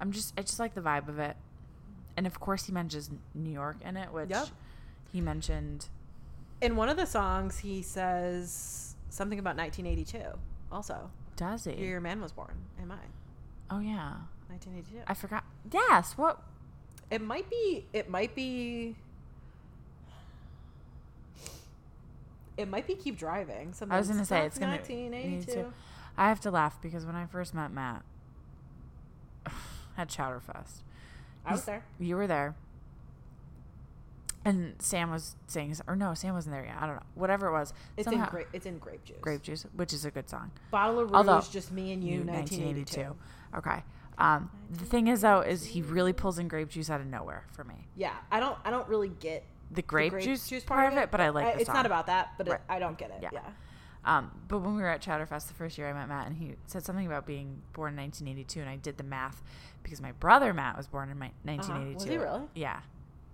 Speaker 1: I'm just, I just like the vibe of it, and of course he mentions New York in it, which
Speaker 2: Yep.
Speaker 1: he mentioned.
Speaker 2: In one of the songs, he says something about 1982. Also,
Speaker 1: Does he?
Speaker 2: year your man was born and mine.
Speaker 1: oh yeah,
Speaker 2: 1982.
Speaker 1: I forgot. Yes. What?
Speaker 2: It might be. It might be. It might be keep driving. Something.
Speaker 1: I was gonna say
Speaker 2: Stop
Speaker 1: it's gonna
Speaker 2: 1982.
Speaker 1: I have to laugh because when I first met Matt at Chowderfest,
Speaker 2: I was there.
Speaker 1: you were there. And Sam was saying, or no, Sam wasn't there yet. I don't know. Whatever it was,
Speaker 2: It's
Speaker 1: somehow-
Speaker 2: in grape. It's in grape juice.
Speaker 1: grape juice, which is a good song.
Speaker 2: Bottle of Rouge.
Speaker 1: Although-
Speaker 2: just me and you.
Speaker 1: You,
Speaker 2: 1982.
Speaker 1: 1982. Okay. Um, the thing is though, is he really pulls in grape juice out of nowhere for me.
Speaker 2: Yeah, I don't. I don't really get
Speaker 1: The grape, juice, part of it, but I like
Speaker 2: I-
Speaker 1: the
Speaker 2: Uh, it's
Speaker 1: song.
Speaker 2: not about that, but
Speaker 1: Right.
Speaker 2: it, I don't get it.
Speaker 1: Yeah.
Speaker 2: Yeah.
Speaker 1: Um, but when we were at Chatterfest the first year, I met Matt, and he said something about being born in 1982, and I did the math because my brother Matt was born in my 1982.
Speaker 2: Uh-huh. Was he really?
Speaker 1: Yeah,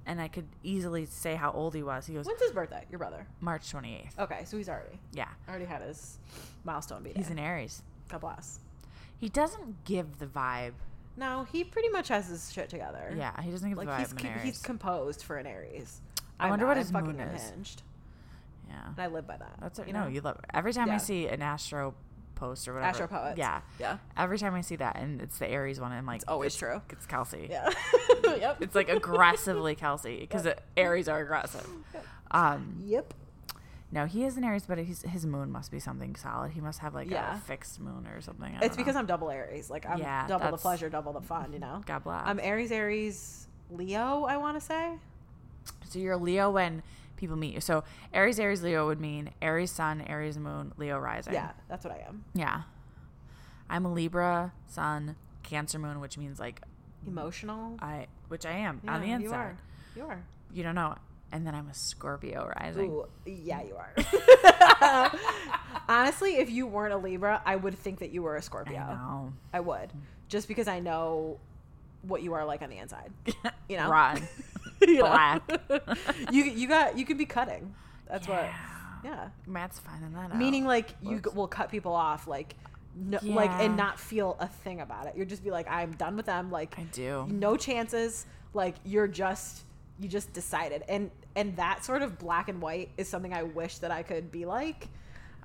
Speaker 1: and I could easily say how old he was. He was
Speaker 2: When's his birthday? Your brother.
Speaker 1: March 28th.
Speaker 2: Okay, so he's already
Speaker 1: Yeah,
Speaker 2: already had his milestone beat.
Speaker 1: he's
Speaker 2: in.
Speaker 1: an Aries.
Speaker 2: God bless.
Speaker 1: He doesn't give the vibe.
Speaker 2: No, he pretty much has his shit together.
Speaker 1: Yeah, he doesn't give the
Speaker 2: like
Speaker 1: vibe.
Speaker 2: he's
Speaker 1: of an
Speaker 2: co-
Speaker 1: Aries.
Speaker 2: he's composed for an Aries.
Speaker 1: I
Speaker 2: I'm
Speaker 1: wonder what his
Speaker 2: fucking
Speaker 1: moon is.
Speaker 2: unhinged,
Speaker 1: yeah,
Speaker 2: and I live by that.
Speaker 1: that's it.
Speaker 2: you
Speaker 1: no, you love every time I
Speaker 2: Yeah.
Speaker 1: see an astro post or whatever.
Speaker 2: Astro poets.
Speaker 1: Yeah,
Speaker 2: yeah,
Speaker 1: every time I see that, and it's the Aries one, I'm like,
Speaker 2: it's always true.
Speaker 1: it's Kelsey.
Speaker 2: Yeah, yep.
Speaker 1: It's like aggressively Kelsey because Aries are aggressive. Um,
Speaker 2: Yep.
Speaker 1: No, he is an Aries, but his his moon must be something solid. He must have like
Speaker 2: Yeah.
Speaker 1: a fixed moon or something. I
Speaker 2: It's
Speaker 1: don't
Speaker 2: because
Speaker 1: know.
Speaker 2: I'm double Aries. Like I'm
Speaker 1: Yeah,
Speaker 2: double the
Speaker 1: that's-
Speaker 2: pleasure, double the fun. You know.
Speaker 1: God bless.
Speaker 2: I'm Aries, Aries, Leo. I want to say.
Speaker 1: so you're Leo when people meet you. So Aries, Aries, Leo would mean Aries Sun, Aries Moon, Leo rising.
Speaker 2: Yeah, that's what I am.
Speaker 1: yeah. I'm a Libra Sun, Cancer Moon, which means like
Speaker 2: Emotional.
Speaker 1: I, which I am on the
Speaker 2: Yeah,
Speaker 1: inside.
Speaker 2: you are. You are.
Speaker 1: You don't know. And then I'm a Scorpio rising.
Speaker 2: Ooh, yeah, you are. Honestly, if you weren't a Libra, I would think that you were a
Speaker 1: I
Speaker 2: Scorpio.
Speaker 1: know.
Speaker 2: I would, just because I know what you are like on the inside. You know,
Speaker 1: Run.
Speaker 2: You know?
Speaker 1: Black.
Speaker 2: you you got you can be cutting. That's what. Yeah.
Speaker 1: Matt's finding that out.
Speaker 2: Meaning like you g-
Speaker 1: Whoops.
Speaker 2: will cut people off like. No, like and
Speaker 1: Oh, Yeah.
Speaker 2: not feel a thing about it. You'll just be like, I'm done with them. Like
Speaker 1: I do.
Speaker 2: no chances. Like you're just you just decided, and and that sort of black and white is something I wish that I could be like.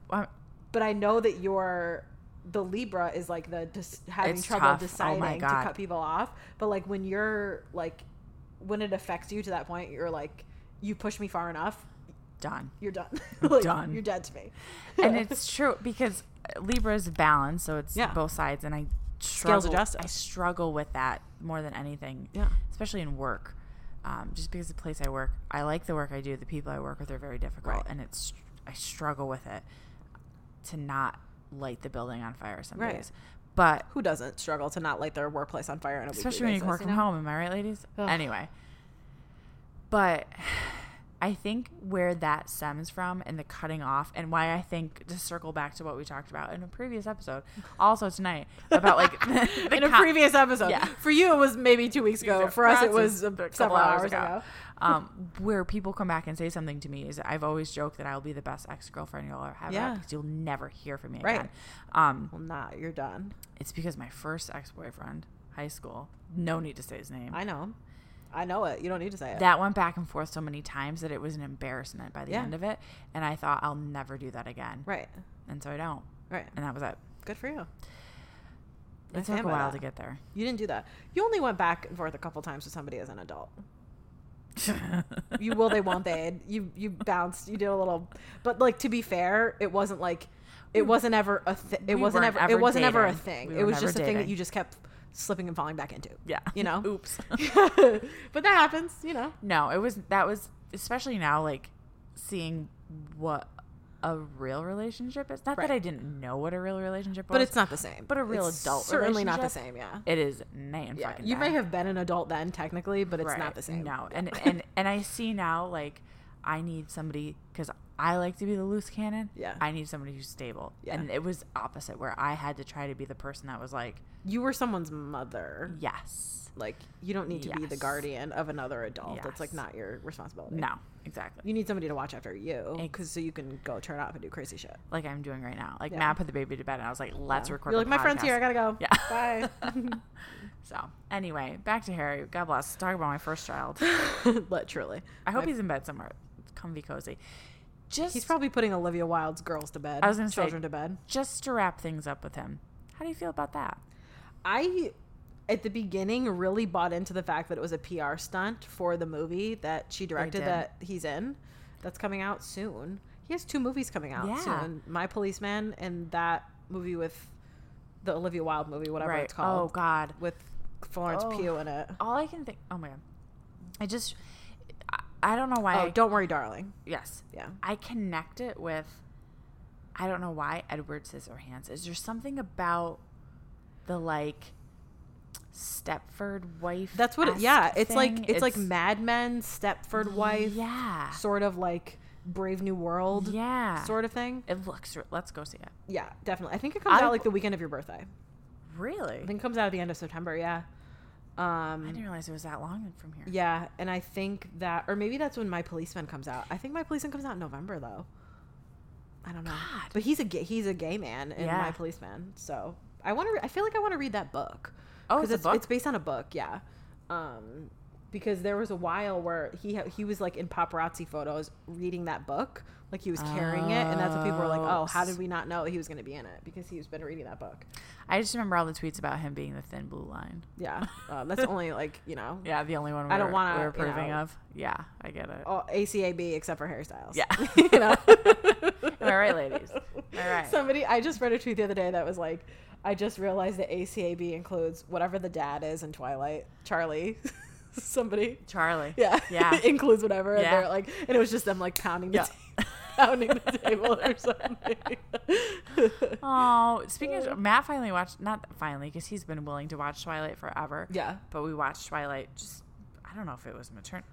Speaker 1: Um,
Speaker 2: But I know that your the Libra is like the dis- having
Speaker 1: It's
Speaker 2: trouble
Speaker 1: tough. Oh
Speaker 2: deciding
Speaker 1: my
Speaker 2: to
Speaker 1: God.
Speaker 2: cut people off. But like when you're like when it affects you to that point, you're like you push me far enough,
Speaker 1: Done.
Speaker 2: you're done. Like,
Speaker 1: Done.
Speaker 2: You're dead to me.
Speaker 1: and it's true because uh, Libra is balance, so it's
Speaker 2: Yeah.
Speaker 1: both sides, and I
Speaker 2: Scales of
Speaker 1: struggle.
Speaker 2: justice.
Speaker 1: I struggle with that more than anything,
Speaker 2: Yeah.
Speaker 1: especially in work. Um, just because the place I work, I like the work I do. The people I work with are very difficult,
Speaker 2: Right.
Speaker 1: and it's I struggle with it to not light the building on fire some
Speaker 2: Right.
Speaker 1: days. But
Speaker 2: Who doesn't struggle to not light their workplace on fire on a weekly
Speaker 1: especially when you
Speaker 2: basis,
Speaker 1: can work from
Speaker 2: know?
Speaker 1: home. Am I right, ladies?
Speaker 2: Ugh.
Speaker 1: Anyway, but I think where that stems from and the cutting off and why I think to circle back to what we talked about in a previous episode, also tonight about like the
Speaker 2: in a
Speaker 1: con-
Speaker 2: previous episode.
Speaker 1: Yeah.
Speaker 2: For you, it was maybe two weeks ago.
Speaker 1: Yeah,
Speaker 2: For us, it
Speaker 1: perhaps
Speaker 2: was
Speaker 1: it's
Speaker 2: a- several hours ago.
Speaker 1: um, where people come back and say something to me is I've always joked that I'll be the best ex girlfriend you'll ever have
Speaker 2: Yeah.
Speaker 1: because you'll never hear from me
Speaker 2: Right.
Speaker 1: again. Um,
Speaker 2: Well, not. You're done.
Speaker 1: it's because my first ex boyfriend, high school, no need to say his name.
Speaker 2: I know. I know it. You don't need to say it.
Speaker 1: that went back and forth so many times that it was an embarrassment by the
Speaker 2: Yeah.
Speaker 1: end of it, and I thought I'll never do that again,
Speaker 2: right.
Speaker 1: and so I don't,
Speaker 2: Right.
Speaker 1: and that was it.
Speaker 2: Good for you. I
Speaker 1: It took
Speaker 2: stand
Speaker 1: a
Speaker 2: by
Speaker 1: while
Speaker 2: that.
Speaker 1: to get there.
Speaker 2: You didn't do that. You only went back and forth a couple times with somebody as an adult. You will, they won't, they. You you bounced. You did a little, but like to be fair, it wasn't like it wasn't ever a thi-
Speaker 1: we
Speaker 2: it wasn't
Speaker 1: weren't
Speaker 2: ever,
Speaker 1: ever
Speaker 2: it wasn't ever a
Speaker 1: dating.
Speaker 2: thing.
Speaker 1: We
Speaker 2: it
Speaker 1: were
Speaker 2: was
Speaker 1: never
Speaker 2: just a thing that
Speaker 1: dating.
Speaker 2: you just kept slipping and falling back into.
Speaker 1: Yeah,
Speaker 2: You know?
Speaker 1: Oops.
Speaker 2: but that happens. You know.
Speaker 1: No, it was that was especially now like seeing what a real relationship is. Not
Speaker 2: Right.
Speaker 1: that I didn't know what a real relationship was,
Speaker 2: But it's not the same.
Speaker 1: but a real
Speaker 2: It's
Speaker 1: adult
Speaker 2: certainly not the
Speaker 1: relationship?
Speaker 2: same. Yeah.
Speaker 1: it is man
Speaker 2: Yeah,
Speaker 1: fucking.
Speaker 2: you may
Speaker 1: bad.
Speaker 2: have been an adult then, technically, but it's
Speaker 1: Right.
Speaker 2: not the same.
Speaker 1: No, and and and I see now like I need somebody because I like to be the loose cannon.
Speaker 2: Yeah.
Speaker 1: I need somebody who's stable.
Speaker 2: Yeah.
Speaker 1: and it was opposite where I had to try to be the person that was like
Speaker 2: You were someone's mother.
Speaker 1: yes,
Speaker 2: Like, you don't need to be the
Speaker 1: Yes.
Speaker 2: guardian of another adult. That's like
Speaker 1: Yes.
Speaker 2: not your responsibility.
Speaker 1: no, exactly.
Speaker 2: You need somebody to watch after you,
Speaker 1: Ex-
Speaker 2: because so you can go turn up and do crazy shit.
Speaker 1: Like I'm doing right now. Like
Speaker 2: Yeah.
Speaker 1: Matt put the baby to bed, and I was like, "Let's
Speaker 2: Yeah.
Speaker 1: record."
Speaker 2: You're
Speaker 1: a
Speaker 2: like, my friend's here. I
Speaker 1: podcast."
Speaker 2: gotta go.
Speaker 1: Yeah.
Speaker 2: Bye.
Speaker 1: So anyway, back to Harry. God bless. Talk about my first child.
Speaker 2: Literally.
Speaker 1: I hope
Speaker 2: My-
Speaker 1: he's in bed somewhere, comfy, cozy. Just
Speaker 2: he's probably putting Olivia Wilde's girls to bed.
Speaker 1: I was gonna say-
Speaker 2: children to bed.
Speaker 1: just to wrap things up with him. How do you feel about that?
Speaker 2: I at the beginning really bought into the fact that it was a PR stunt for the movie that she directed
Speaker 1: did.
Speaker 2: that he's in. That's coming out soon. He has two movies coming out
Speaker 1: Yeah.
Speaker 2: soon. My Policeman and that movie with the Olivia Wilde movie, whatever
Speaker 1: right.
Speaker 2: it's called.
Speaker 1: Oh God.
Speaker 2: With Florence
Speaker 1: Oh.
Speaker 2: Pugh in it.
Speaker 1: All I can think. Oh my God. I just. I, I don't know why.
Speaker 2: oh,
Speaker 1: I-
Speaker 2: don't worry, darling.
Speaker 1: yes.
Speaker 2: Yeah.
Speaker 1: I connect it with. I don't know why Edward Scissorhands. Is there something about the like Stepford wife?
Speaker 2: That's what it, yeah, it's like
Speaker 1: thing?
Speaker 2: it's, like Mad Men, Stepford Wife,
Speaker 1: Yeah.
Speaker 2: sort of like Brave New World
Speaker 1: Yeah.
Speaker 2: sort of thing.
Speaker 1: It looks. re- Let's go see it.
Speaker 2: Yeah, definitely. I think it comes
Speaker 1: I-
Speaker 2: out like the weekend of your birthday.
Speaker 1: Really?
Speaker 2: I think it comes out at the end of September. Yeah.
Speaker 1: I didn't
Speaker 2: Um,
Speaker 1: realize it was that long from here.
Speaker 2: yeah, and I think that, or maybe that's when My Policeman comes out. I think My Policeman comes out in November though. I don't know,
Speaker 1: God.
Speaker 2: but he's a ga- he's a gay man in My
Speaker 1: Yeah.
Speaker 2: Policeman. So I want to. Re- I feel like I want to read that book.
Speaker 1: Oh,
Speaker 2: 'Cause
Speaker 1: it's a book?
Speaker 2: It's based on a book. Yeah. Um, because there was a while where he ha- he was like in paparazzi photos reading that book, like he was carrying it, and that's what people were like,
Speaker 1: Oh.
Speaker 2: "Oh, how did we not know he was going to be in it?" Because he's been reading that book.
Speaker 1: I just remember all the tweets about him being the thin blue line.
Speaker 2: Yeah, uh, that's only like you know
Speaker 1: Yeah, the only one we
Speaker 2: I don't
Speaker 1: were,
Speaker 2: wanna,
Speaker 1: we were
Speaker 2: you
Speaker 1: approving
Speaker 2: know.
Speaker 1: of. Yeah, I get it.
Speaker 2: all ACAB except for hairstyles.
Speaker 1: Yeah.
Speaker 2: you know?
Speaker 1: Am I right, ladies? Am I right?
Speaker 2: Somebody, I just read a tweet the other day that was like, I just realized that ACAB includes whatever the dad is in Twilight, Charlie, somebody.
Speaker 1: Charlie.
Speaker 2: Yeah.
Speaker 1: Yeah.
Speaker 2: includes whatever. And
Speaker 1: Yeah.
Speaker 2: they're like, and it was just them like pounding the,
Speaker 1: Yeah.
Speaker 2: ta- pounding the table or something.
Speaker 1: Oh, speaking of Matt, finally watched not finally because he's been willing to watch Twilight forever.
Speaker 2: yeah.
Speaker 1: But we watched Twilight. Just I don't know if it was matern.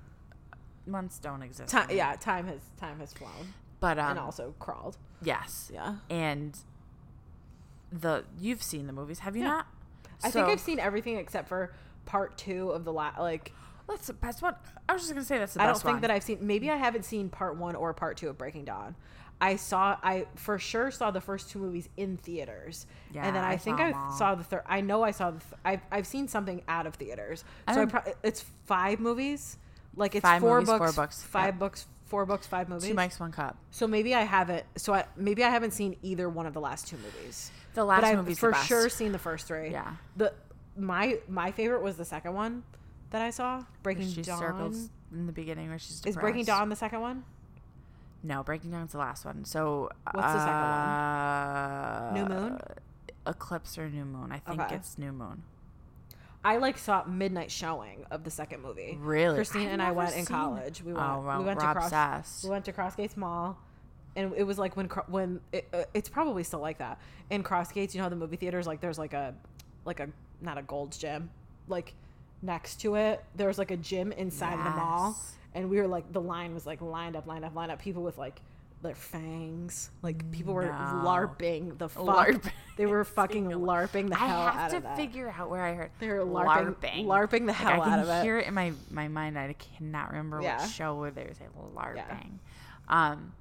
Speaker 1: Months don't exist.
Speaker 2: Time, yeah. Time has, time has flown
Speaker 1: But um,
Speaker 2: and also crawled.
Speaker 1: yes,
Speaker 2: Yeah.
Speaker 1: and the you've seen the movies, have you
Speaker 2: Yeah.
Speaker 1: not?
Speaker 2: I think
Speaker 1: So-
Speaker 2: I've seen everything except for part two of the la- like,
Speaker 1: That's the best one. I was just gonna say that's the
Speaker 2: I don't
Speaker 1: best
Speaker 2: think
Speaker 1: one.
Speaker 2: that I've seen. Maybe I haven't seen part one or part two of Breaking Dawn. I saw. I for sure saw the first two movies in theaters,
Speaker 1: Yeah,
Speaker 2: and then I,
Speaker 1: I
Speaker 2: think
Speaker 1: saw
Speaker 2: I
Speaker 1: 'em all.
Speaker 2: saw the third. I know I saw. The th- I've I've seen something out of theaters.
Speaker 1: I
Speaker 2: so I
Speaker 1: don't-
Speaker 2: pro- it's five movies. Like it's
Speaker 1: Five
Speaker 2: four
Speaker 1: movies, four
Speaker 2: books,
Speaker 1: books.
Speaker 2: five
Speaker 1: Yep.
Speaker 2: books, four books, five movies.
Speaker 1: two mics, one cup.
Speaker 2: So maybe I haven't. So I maybe I haven't seen either one of the last two movies.
Speaker 1: The last
Speaker 2: but I've
Speaker 1: movie's
Speaker 2: for
Speaker 1: the best.
Speaker 2: sure seen the first three.
Speaker 1: Yeah.
Speaker 2: The my my favorite was the second one that I saw.
Speaker 1: Where
Speaker 2: Breaking
Speaker 1: she
Speaker 2: Dawn.
Speaker 1: circles in the beginning where she's
Speaker 2: Is
Speaker 1: depressed.
Speaker 2: Breaking Dawn the second one?
Speaker 1: No, Breaking Dawn's the last one. So
Speaker 2: What's the
Speaker 1: second
Speaker 2: New Moon?
Speaker 1: Eclipse or New Moon? I think
Speaker 2: Okay.
Speaker 1: it's New Moon.
Speaker 2: I like saw midnight showing of the second movie.
Speaker 1: Really?
Speaker 2: Christine
Speaker 1: I've
Speaker 2: and I
Speaker 1: never
Speaker 2: went in
Speaker 1: seen
Speaker 2: college. We went.
Speaker 1: Oh, well,
Speaker 2: we went
Speaker 1: we're
Speaker 2: to Cross.
Speaker 1: obsessed.
Speaker 2: We went to Crossgates Mall, and it was like when Cro- when it, uh, it's probably still like that in Crossgates. You know, how the movie theaters like there's like a like a not a Gold's Gym like next to it. There's like a gym inside of the mall,
Speaker 1: Yes.
Speaker 2: and we were like the line was like lined up, lined up, lined up. People with like their fangs, like people were
Speaker 1: No.
Speaker 2: larping the fuck.
Speaker 1: LARPing.
Speaker 2: They were fucking larping the
Speaker 1: I
Speaker 2: hell
Speaker 1: have
Speaker 2: out
Speaker 1: to
Speaker 2: of that.
Speaker 1: figure out where I heard
Speaker 2: They were larping- larping the hell
Speaker 1: I can
Speaker 2: out of it.
Speaker 1: hear it in my my mind. I cannot remember
Speaker 2: Yeah.
Speaker 1: which show where they say larping. Um,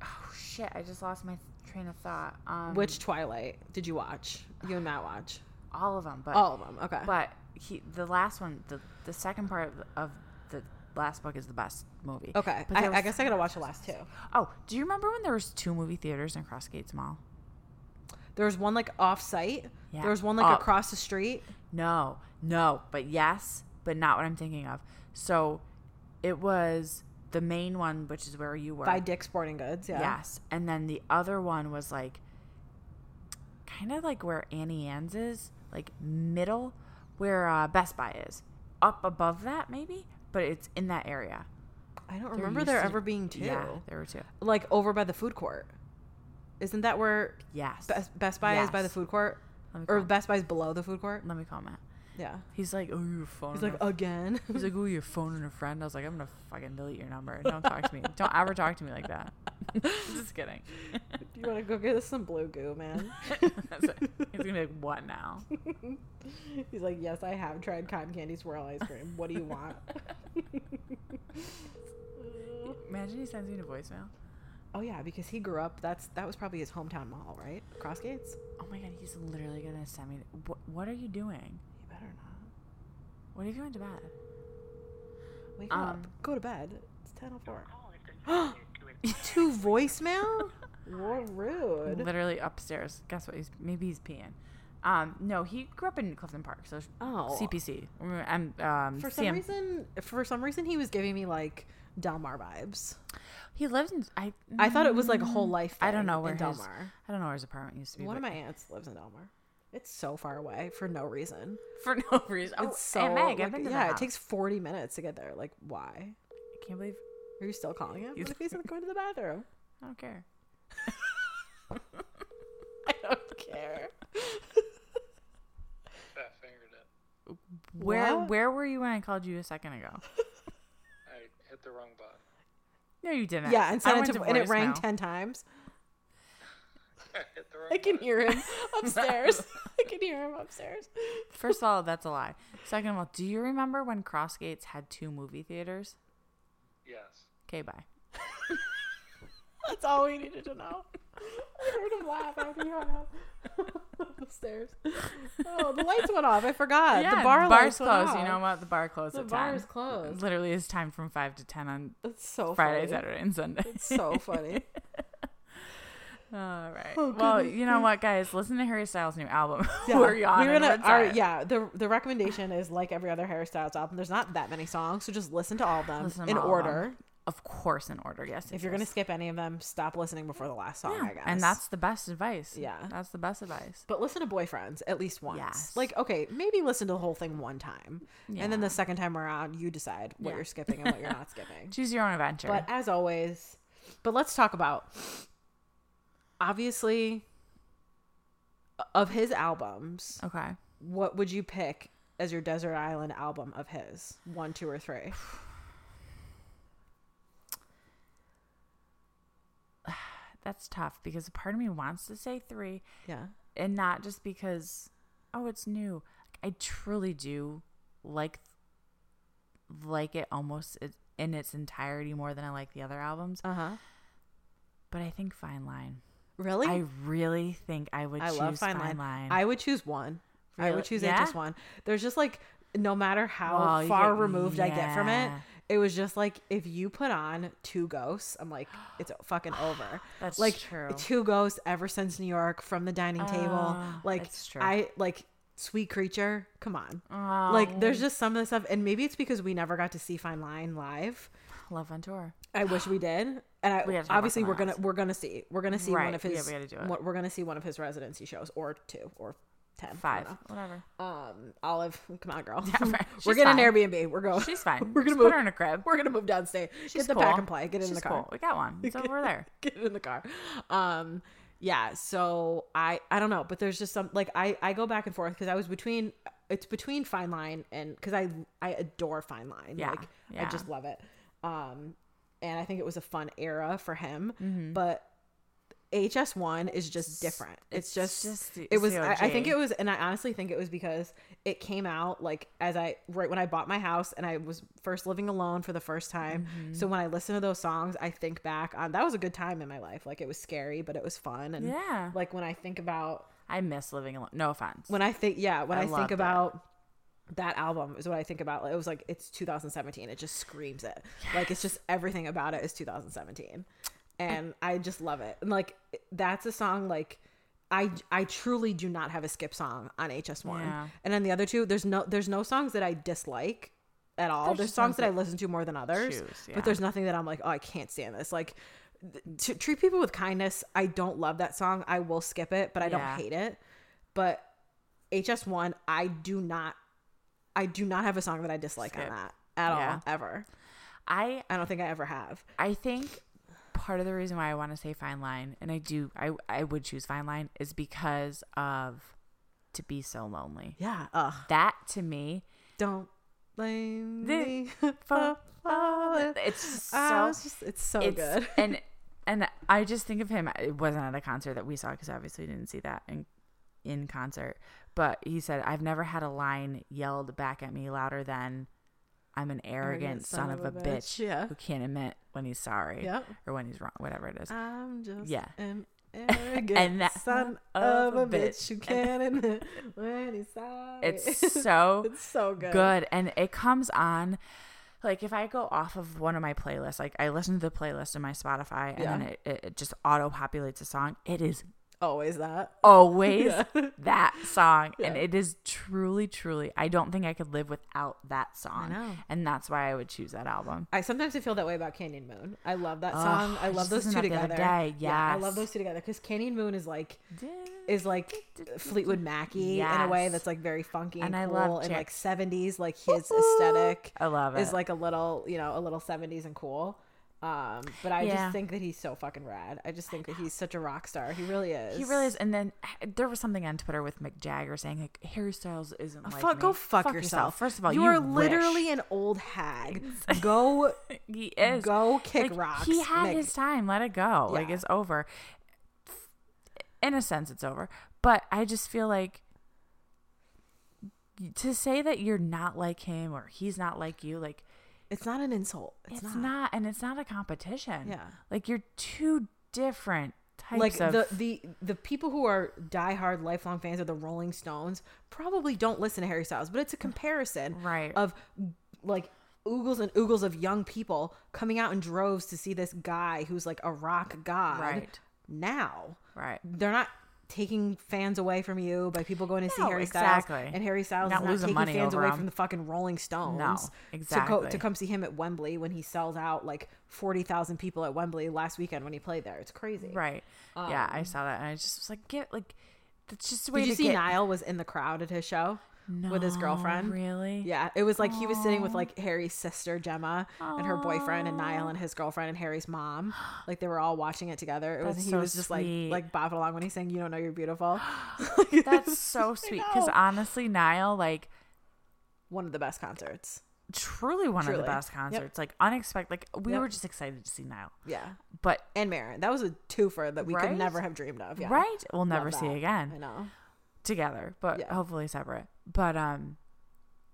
Speaker 1: oh shit! I just lost my train of thought. Um,
Speaker 2: Which Twilight did you watch? You and Matt watch Oh,
Speaker 1: all of them, but
Speaker 2: all of them. Okay.
Speaker 1: but he the last one the the second part of, of the last book is the best movie.
Speaker 2: okay.
Speaker 1: But
Speaker 2: I,
Speaker 1: there
Speaker 2: I
Speaker 1: was-
Speaker 2: guess I gotta watch the last two.
Speaker 1: Oh, do you remember when there was two movie theaters in Crossgates Mall?
Speaker 2: There was one like off site.
Speaker 1: Yeah.
Speaker 2: There was one like
Speaker 1: Oh.
Speaker 2: across the street.
Speaker 1: No, no, but yes, but not what I'm thinking of. So it was the main one, which is where you were.
Speaker 2: by Dick's Sporting Goods. Yeah.
Speaker 1: Yes. And then the other one was like kind of like where Annie Ann's is, like middle where uh, Best Buy is. Up above that, maybe, but it's in that area.
Speaker 2: I don't
Speaker 1: There
Speaker 2: remember
Speaker 1: used
Speaker 2: there
Speaker 1: to-
Speaker 2: ever being two.
Speaker 1: Yeah, there were two.
Speaker 2: Like over by the food court. Isn't that where
Speaker 1: Yes.
Speaker 2: Best, Best Buy is by the
Speaker 1: Yes.
Speaker 2: food court?
Speaker 1: Let me
Speaker 2: Or
Speaker 1: call-
Speaker 2: Best Buy's below the food court?
Speaker 1: Let me call Matt.
Speaker 2: Yeah.
Speaker 1: He's like, oh, your phone.
Speaker 2: He's like, again?
Speaker 1: He's like, oh, you're phoning a friend. I was like, I'm gonna fucking delete your number. Don't talk to me. Don't ever talk to me like that. Just kidding.
Speaker 2: Do you want to go get us some blue goo, man?
Speaker 1: That's it. He's gonna be like, what now?
Speaker 2: He's like, yes, I have tried cotton candy swirl ice cream. What do you want?
Speaker 1: Imagine he sends me to voicemail.
Speaker 2: oh yeah, because he grew up. That's that was probably his hometown mall, right? Crossgates.
Speaker 1: Oh my god, he's literally gonna send me. What, what are you doing?
Speaker 2: You better not
Speaker 1: What if you went to bed?
Speaker 2: wake
Speaker 1: Um,
Speaker 2: up. Go to bed. It's ten o four. Two voicemail. What rude.
Speaker 1: Literally upstairs. Guess what? He's maybe he's peeing. Um, no, he grew up in Clifton Park, so
Speaker 2: Oh.
Speaker 1: CPC. Remember, I'm um,
Speaker 2: For some
Speaker 1: CM.
Speaker 2: reason, for some reason, he was giving me like Delmar vibes.
Speaker 1: He lives in. I Mm-hmm.
Speaker 2: I thought it was like a whole life.
Speaker 1: Mm, I don't
Speaker 2: thing
Speaker 1: know where
Speaker 2: in
Speaker 1: his.
Speaker 2: Delmar.
Speaker 1: I don't know where his apartment used to be.
Speaker 2: One
Speaker 1: but
Speaker 2: of my aunts lives in Delmar. It's so far away for no reason.
Speaker 1: for no reason. Oh,
Speaker 2: It's so
Speaker 1: Aunt Meg, I've
Speaker 2: like,
Speaker 1: been to
Speaker 2: yeah.
Speaker 1: that
Speaker 2: It takes forty minutes to get there. Like, why?
Speaker 1: I can't believe.
Speaker 2: Are you still calling him?
Speaker 1: He's-
Speaker 2: What if he's going to the bathroom?
Speaker 1: I don't care.
Speaker 2: I don't care.
Speaker 3: Fat fingered it.
Speaker 1: Where
Speaker 2: What?
Speaker 1: Where were you when I called you a second ago?
Speaker 3: I hit the wrong button.
Speaker 1: No, you didn't.
Speaker 2: Yeah, and sent
Speaker 1: I
Speaker 2: it
Speaker 1: went
Speaker 2: to, and it rang
Speaker 1: voicemail.
Speaker 2: ten times.
Speaker 3: I hit the wrong
Speaker 2: I can
Speaker 3: button.
Speaker 2: hear him upstairs. I can hear him upstairs.
Speaker 1: First of all, that's a lie. Second of all, do you remember when Crossgates had two movie theaters?
Speaker 3: Yes.
Speaker 1: Okay, bye.
Speaker 2: That's all we needed to know. I heard him laugh after he hung up. Upstairs. Oh, the lights went off. I forgot. the bar
Speaker 1: bar's
Speaker 2: lights went
Speaker 1: closed. You
Speaker 2: off.
Speaker 1: know what? The bar closed
Speaker 2: The
Speaker 1: at
Speaker 2: bar
Speaker 1: 10.
Speaker 2: is closed.
Speaker 1: Literally, it's time from 5 to 10 on
Speaker 2: That's so
Speaker 1: Friday,
Speaker 2: funny.
Speaker 1: Saturday, and Sunday.
Speaker 2: It's so funny.
Speaker 1: all right.
Speaker 2: Oh,
Speaker 1: well,
Speaker 2: goodness
Speaker 1: you know what, guys? Listen to Harry Styles' new album.
Speaker 2: Yeah.
Speaker 1: We're yawning.
Speaker 2: We were gonna,
Speaker 1: We're
Speaker 2: our,
Speaker 1: tired.
Speaker 2: yeah, the the recommendation is like every other Harry Styles album. There's not that many songs, so just listen to all of them
Speaker 1: Listen to
Speaker 2: in
Speaker 1: all of them.
Speaker 2: order.
Speaker 1: Of course, in order. Yes.
Speaker 2: If
Speaker 1: yes,
Speaker 2: you're gonna
Speaker 1: yes.
Speaker 2: skip any of them, stop listening before the last song.
Speaker 1: Yeah,
Speaker 2: I guess.
Speaker 1: And that's the best advice.
Speaker 2: Yeah.
Speaker 1: That's the best advice.
Speaker 2: But listen to boyfriends at least once.
Speaker 1: Yes.
Speaker 2: Like, okay, maybe listen to the whole thing one time. And then
Speaker 1: Yeah.
Speaker 2: the second time around, you decide what
Speaker 1: Yeah.
Speaker 2: you're skipping and what you're not skipping.
Speaker 1: Choose your own adventure.
Speaker 2: But as always, but let's talk about obviously of his albums,
Speaker 1: okay.
Speaker 2: what would you pick as your Desert Island album of his? One, two, or three?
Speaker 1: That's tough because a part of me wants to say three,
Speaker 2: Yeah.
Speaker 1: and not just because oh it's new i truly do like like it almost i- in its entirety more than i like the other albums
Speaker 2: Uh huh.
Speaker 1: but i think fine line
Speaker 2: Really?
Speaker 1: i really think i would
Speaker 2: I
Speaker 1: choose
Speaker 2: love Fine Line. I would choose one. I
Speaker 1: Really?
Speaker 2: would choose
Speaker 1: Yeah?
Speaker 2: just one. There's just like no matter how
Speaker 1: Well, you
Speaker 2: far
Speaker 1: get-
Speaker 2: removed I get from it,
Speaker 1: yeah.
Speaker 2: it was just like if you put on two ghosts, I'm like it's fucking over.
Speaker 1: That's
Speaker 2: like
Speaker 1: true.
Speaker 2: two ghosts ever since New York from the dining table.
Speaker 1: Ah,
Speaker 2: Like
Speaker 1: that's true. Oh,
Speaker 2: I like sweet creature. Come on. Like there's just some of the stuff, and maybe it's because we never got to see Fine Line live.
Speaker 1: love on tour
Speaker 2: I wish we did, and I
Speaker 1: We gotta talk about
Speaker 2: obviously we're
Speaker 1: something
Speaker 2: gonna
Speaker 1: else.
Speaker 2: we're gonna see we're gonna see one
Speaker 1: Right.
Speaker 2: of
Speaker 1: Yeah,
Speaker 2: his
Speaker 1: we gotta do it.
Speaker 2: one- we're gonna see one of his residency shows or two or ten I don't
Speaker 1: five
Speaker 2: know.
Speaker 1: whatever
Speaker 2: Um, Olive, come on, girl.
Speaker 1: right.
Speaker 2: we're
Speaker 1: She's
Speaker 2: getting
Speaker 1: fine.
Speaker 2: an Airbnb. We're going.
Speaker 1: she's fine
Speaker 2: We're
Speaker 1: Just
Speaker 2: gonna
Speaker 1: put
Speaker 2: move.
Speaker 1: her in a crib
Speaker 2: We're gonna move downstairs.
Speaker 1: She's
Speaker 2: Get the
Speaker 1: cool.
Speaker 2: pack and play. Get it in
Speaker 1: She's
Speaker 2: the car.
Speaker 1: cool. we got one so we're there
Speaker 2: Get it in the car. Um, yeah. So I I don't know, but there's just some like I I go back and forth because I was between it's between Fine Line and because I I adore Fine Line.
Speaker 1: Yeah,
Speaker 2: Like
Speaker 1: yeah.
Speaker 2: I just love it. Um and I think it was a fun era for him. But HS one is just different. It's,
Speaker 1: Mm-hmm. it's
Speaker 2: just,
Speaker 1: just the
Speaker 2: it was I, I think
Speaker 1: COG.
Speaker 2: it was and I honestly think it was because it came out like as I right when I bought my house and I was first living alone for the first time. So when I listen to those songs, I think back on that was a good time in my life. Like it was scary, but it was fun. And
Speaker 1: Yeah.
Speaker 2: like when I think about
Speaker 1: I miss living alone. No offense.
Speaker 2: when I think yeah, when
Speaker 1: I
Speaker 2: I,
Speaker 1: love
Speaker 2: think
Speaker 1: that.
Speaker 2: about that album is what I think about. Like, It was like it's 2017. It just screams it. Like it's just everything about it is 2017, and I just love it. And like that's a song like I I truly do not have a skip song on HS1.
Speaker 1: Yeah.
Speaker 2: And then the other two, there's no there's no songs that I dislike at all.
Speaker 1: There's
Speaker 2: There's,
Speaker 1: just songs
Speaker 2: songs that I listen to more than others,
Speaker 1: choose, yeah.
Speaker 2: but there's nothing that I'm like, oh, I can't stand this. Like. th- To treat people with kindness. I don't love that song. I will skip it, but I
Speaker 1: Yeah.
Speaker 2: don't hate it. But HS1, I do not I do not have a song that I dislike
Speaker 1: Skip.
Speaker 2: on that at
Speaker 1: Yeah.
Speaker 2: all ever.
Speaker 1: I
Speaker 2: I don't think I ever have.
Speaker 1: I think part of the reason why I want to say Fine Line, and I do, I I would choose Fine Line, is because of to be so lonely.
Speaker 2: Yeah. Ugh.
Speaker 1: That to me,
Speaker 2: Don't blame
Speaker 1: The-
Speaker 2: me.
Speaker 1: for
Speaker 2: for falling.
Speaker 1: it's just
Speaker 2: I
Speaker 1: so
Speaker 2: was just- Ah, it's so
Speaker 1: it's,
Speaker 2: good.
Speaker 1: and and I just think of him. It wasn't at a concert that we saw because obviously we didn't see that in in concert. But he said, "I've never had a line yelled back at me louder than." I'm an arrogant, son, of, a bitch,
Speaker 2: yeah.
Speaker 1: who can't admit when he's sorry
Speaker 2: Yep.
Speaker 1: or when he's wrong, whatever it is.
Speaker 2: I'm just
Speaker 1: Yeah.
Speaker 2: an arrogant and
Speaker 1: that-
Speaker 2: son of a bitch who can't admit when he's sorry.
Speaker 1: It's so
Speaker 2: it's so good.
Speaker 1: good and it comes on like if i go off of one of my playlists like i listen to the playlist in my spotify and then
Speaker 2: Yeah.
Speaker 1: it, it, it just auto populates a song it is
Speaker 2: Always that.
Speaker 1: always
Speaker 2: Yeah.
Speaker 1: that song and
Speaker 2: Yeah.
Speaker 1: it is truly truly i don't think i could live without that song
Speaker 2: know.
Speaker 1: and that's why i would choose that album
Speaker 2: I sometimes I feel that way about Canyon Moon. I love that
Speaker 1: Ugh,
Speaker 2: song.
Speaker 1: I
Speaker 2: I love
Speaker 1: just
Speaker 2: those two
Speaker 1: listened to that
Speaker 2: together.
Speaker 1: the other day.
Speaker 2: Yeah, I
Speaker 1: Yes.
Speaker 2: love those two together because Canyon Moon is like is like Fleetwood Mackey in a way
Speaker 1: Yes.
Speaker 2: that's like very funky and,
Speaker 1: And I
Speaker 2: cool
Speaker 1: love
Speaker 2: and
Speaker 1: Jack-
Speaker 2: like seventies. Like his aesthetic
Speaker 1: i love it
Speaker 2: is like a little you know a little seventies and cool. Um, but I
Speaker 1: Yeah.
Speaker 2: just think that he's so fucking rad. I just think that he's such a rock star. He really is.
Speaker 1: he really is, and then uh, there was something on Twitter with Mick Jagger saying like Harry Styles isn't like
Speaker 2: Fuck,
Speaker 1: me.
Speaker 2: go fuck, yourself.
Speaker 1: First of all,
Speaker 2: you,
Speaker 1: you,
Speaker 2: are
Speaker 1: wish.
Speaker 2: literally an old hag. Go
Speaker 1: he is
Speaker 2: go kick
Speaker 1: Like,
Speaker 2: rocks.
Speaker 1: He had
Speaker 2: Mick.
Speaker 1: his time. Let it go. Like
Speaker 2: Yeah.
Speaker 1: it's over. In a sense, it's over. But I just feel like to say that you're not like him or he's not like you, like
Speaker 2: It's not an insult.
Speaker 1: it's,
Speaker 2: It's,
Speaker 1: not. and it's not a competition.
Speaker 2: Yeah.
Speaker 1: like you're two different types
Speaker 2: like
Speaker 1: of.
Speaker 2: the the the people who are diehard lifelong fans of the Rolling Stones probably don't listen to Harry Styles, but it's a comparison
Speaker 1: Right.
Speaker 2: of like oogles and oogles of young people coming out in droves to see this guy who's like a rock god
Speaker 1: Right.
Speaker 2: now.
Speaker 1: Right.
Speaker 2: They're not taking fans away from you by people going to see
Speaker 1: No,
Speaker 2: Harry Styles
Speaker 1: exactly.
Speaker 2: and Harry Styles
Speaker 1: Not
Speaker 2: is not
Speaker 1: losing
Speaker 2: taking
Speaker 1: money
Speaker 2: fans
Speaker 1: over
Speaker 2: away
Speaker 1: him.
Speaker 2: from the fucking Rolling Stones to,
Speaker 1: exactly.
Speaker 2: go, to come see him at Wembley when he sells out like 40,000 people at Wembley last weekend when he played there it's crazy
Speaker 1: right. yeah, I saw that, and I just was like, get like. That's just the way
Speaker 2: Um, Did you
Speaker 1: to
Speaker 2: see
Speaker 1: get-
Speaker 2: Niall was in the crowd at his show with his
Speaker 1: No,
Speaker 2: girlfriend?
Speaker 1: Really?
Speaker 2: Yeah, it was like he was sitting with like Harry's sister Gemma and her boyfriend and Niall and his girlfriend and Harry's mom. Like they were all watching it together. It was
Speaker 1: That's
Speaker 2: he
Speaker 1: so
Speaker 2: was just
Speaker 1: sweet.
Speaker 2: like like bopping along when he's saying "You don't know you're beautiful."
Speaker 1: That's so sweet. Because
Speaker 2: know.
Speaker 1: honestly, Niall, like,
Speaker 2: One of the best concerts.
Speaker 1: truly one of
Speaker 2: Truly.
Speaker 1: the best
Speaker 2: Yep.
Speaker 1: concerts. Like unexpected. Like we
Speaker 2: Yep.
Speaker 1: were just excited to see Niall,
Speaker 2: Yeah,
Speaker 1: but
Speaker 2: and Marin. That was a twofer that we
Speaker 1: Right?
Speaker 2: could never have dreamed of. Yeah.
Speaker 1: right, we'll
Speaker 2: Love
Speaker 1: never see
Speaker 2: that. I
Speaker 1: again
Speaker 2: know.
Speaker 1: together. But
Speaker 2: Yeah.
Speaker 1: hopefully separate. But um,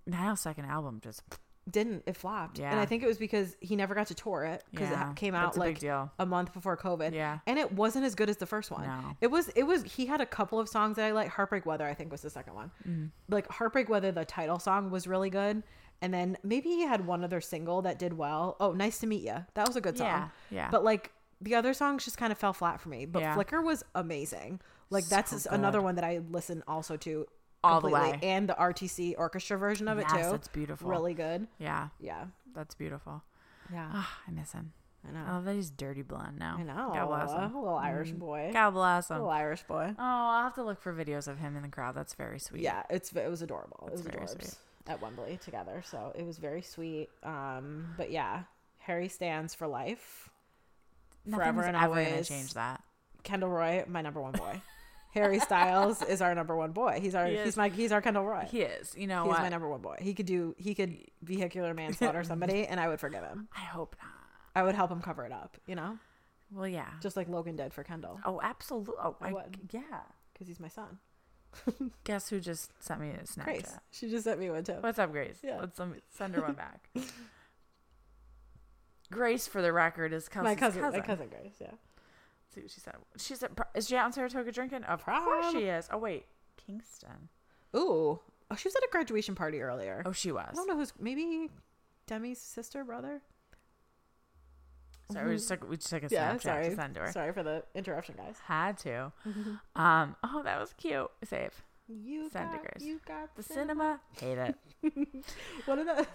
Speaker 1: Niall's second album just
Speaker 2: Didn't it flopped? And
Speaker 1: Yeah.
Speaker 2: I think it was because he never got to tour it because it
Speaker 1: Yeah,
Speaker 2: ha- came
Speaker 1: that's
Speaker 2: out
Speaker 1: a big
Speaker 2: like
Speaker 1: deal.
Speaker 2: a month before COVID.
Speaker 1: Yeah.
Speaker 2: and it wasn't as good as the first one.
Speaker 1: No.
Speaker 2: It was. It was. He had a couple of songs that I like. Heartbreak Weather, I think, was the second one.
Speaker 1: Mm.
Speaker 2: Like Heartbreak Weather, the title song was really good, and then maybe he had one other single that did well. Oh, Nice to Meet Ya. That was a good song.
Speaker 1: Yeah, yeah.
Speaker 2: But like the other songs just kind of fell flat for me. But
Speaker 1: Yeah.
Speaker 2: Flicker was amazing. Like
Speaker 1: So
Speaker 2: that's another
Speaker 1: good.
Speaker 2: one that I listen also to.
Speaker 1: All the
Speaker 2: completely,
Speaker 1: way.
Speaker 2: and the RTC orchestra version of it
Speaker 1: Yes,
Speaker 2: too.
Speaker 1: that's beautiful.
Speaker 2: Really good.
Speaker 1: yeah,
Speaker 2: Yeah.
Speaker 1: that's beautiful.
Speaker 2: Yeah.
Speaker 1: Ah, I miss him.
Speaker 2: I know.
Speaker 1: I love that he's dirty blonde now.
Speaker 2: I know.
Speaker 1: God bless him.
Speaker 2: Little
Speaker 1: Mm.
Speaker 2: Irish boy.
Speaker 1: God bless him.
Speaker 2: Little
Speaker 1: Oh,
Speaker 2: Irish boy.
Speaker 1: I'll have to look for videos of him in the crowd. That's very sweet.
Speaker 2: Yeah, it's it was adorable.
Speaker 1: That's
Speaker 2: it was
Speaker 1: very
Speaker 2: adorbs
Speaker 1: sweet.
Speaker 2: at Wembley together. So it was very sweet. Um, but yeah, Harry stands for life.
Speaker 1: Nothing's
Speaker 2: Forever and
Speaker 1: ever gonna
Speaker 2: always.
Speaker 1: change that.
Speaker 2: Kendall Roy, my number one boy. Harry Styles is our number one boy. He's our
Speaker 1: He
Speaker 2: he's
Speaker 1: is.
Speaker 2: my he's our Kendall Roy.
Speaker 1: He is. You know
Speaker 2: he's
Speaker 1: what?
Speaker 2: my number one boy. He could do he could vehicular manslaughter somebody, and I would forgive him.
Speaker 1: I hope not.
Speaker 2: I would help him cover it up. You know,
Speaker 1: Well, yeah.
Speaker 2: just like Logan did for Kendall,
Speaker 1: oh, absolutely. Oh,
Speaker 2: I
Speaker 1: I,
Speaker 2: would.
Speaker 1: yeah.
Speaker 2: because he's my son.
Speaker 1: Guess who just sent me a Snapchat?
Speaker 2: Grace, she just sent me one too.
Speaker 1: What's up, Grace?
Speaker 2: Yeah.
Speaker 1: Let's um, send her one back. Grace, for the record, is Kelsey's
Speaker 2: my cousin,
Speaker 1: cousin.
Speaker 2: my cousin Grace. Yeah,
Speaker 1: See what she said. She's at. Is she out in Saratoga drinking? Of course
Speaker 2: Prom.
Speaker 1: she is. Oh wait, Kingston.
Speaker 2: Ooh, oh, she was at a graduation party earlier.
Speaker 1: Oh, she was.
Speaker 2: I don't know who's maybe Demi's sister, brother.
Speaker 1: Sorry, we just took we just took a Snapchat
Speaker 2: yeah,
Speaker 1: to
Speaker 2: sorry.
Speaker 1: send to her.
Speaker 2: Sorry for the interruption, guys.
Speaker 1: Had to. Um. Oh, that was cute. Save
Speaker 2: You
Speaker 1: Send to
Speaker 2: got,
Speaker 1: Grace.
Speaker 2: you got
Speaker 1: the cinema. Hate it.
Speaker 2: What are the?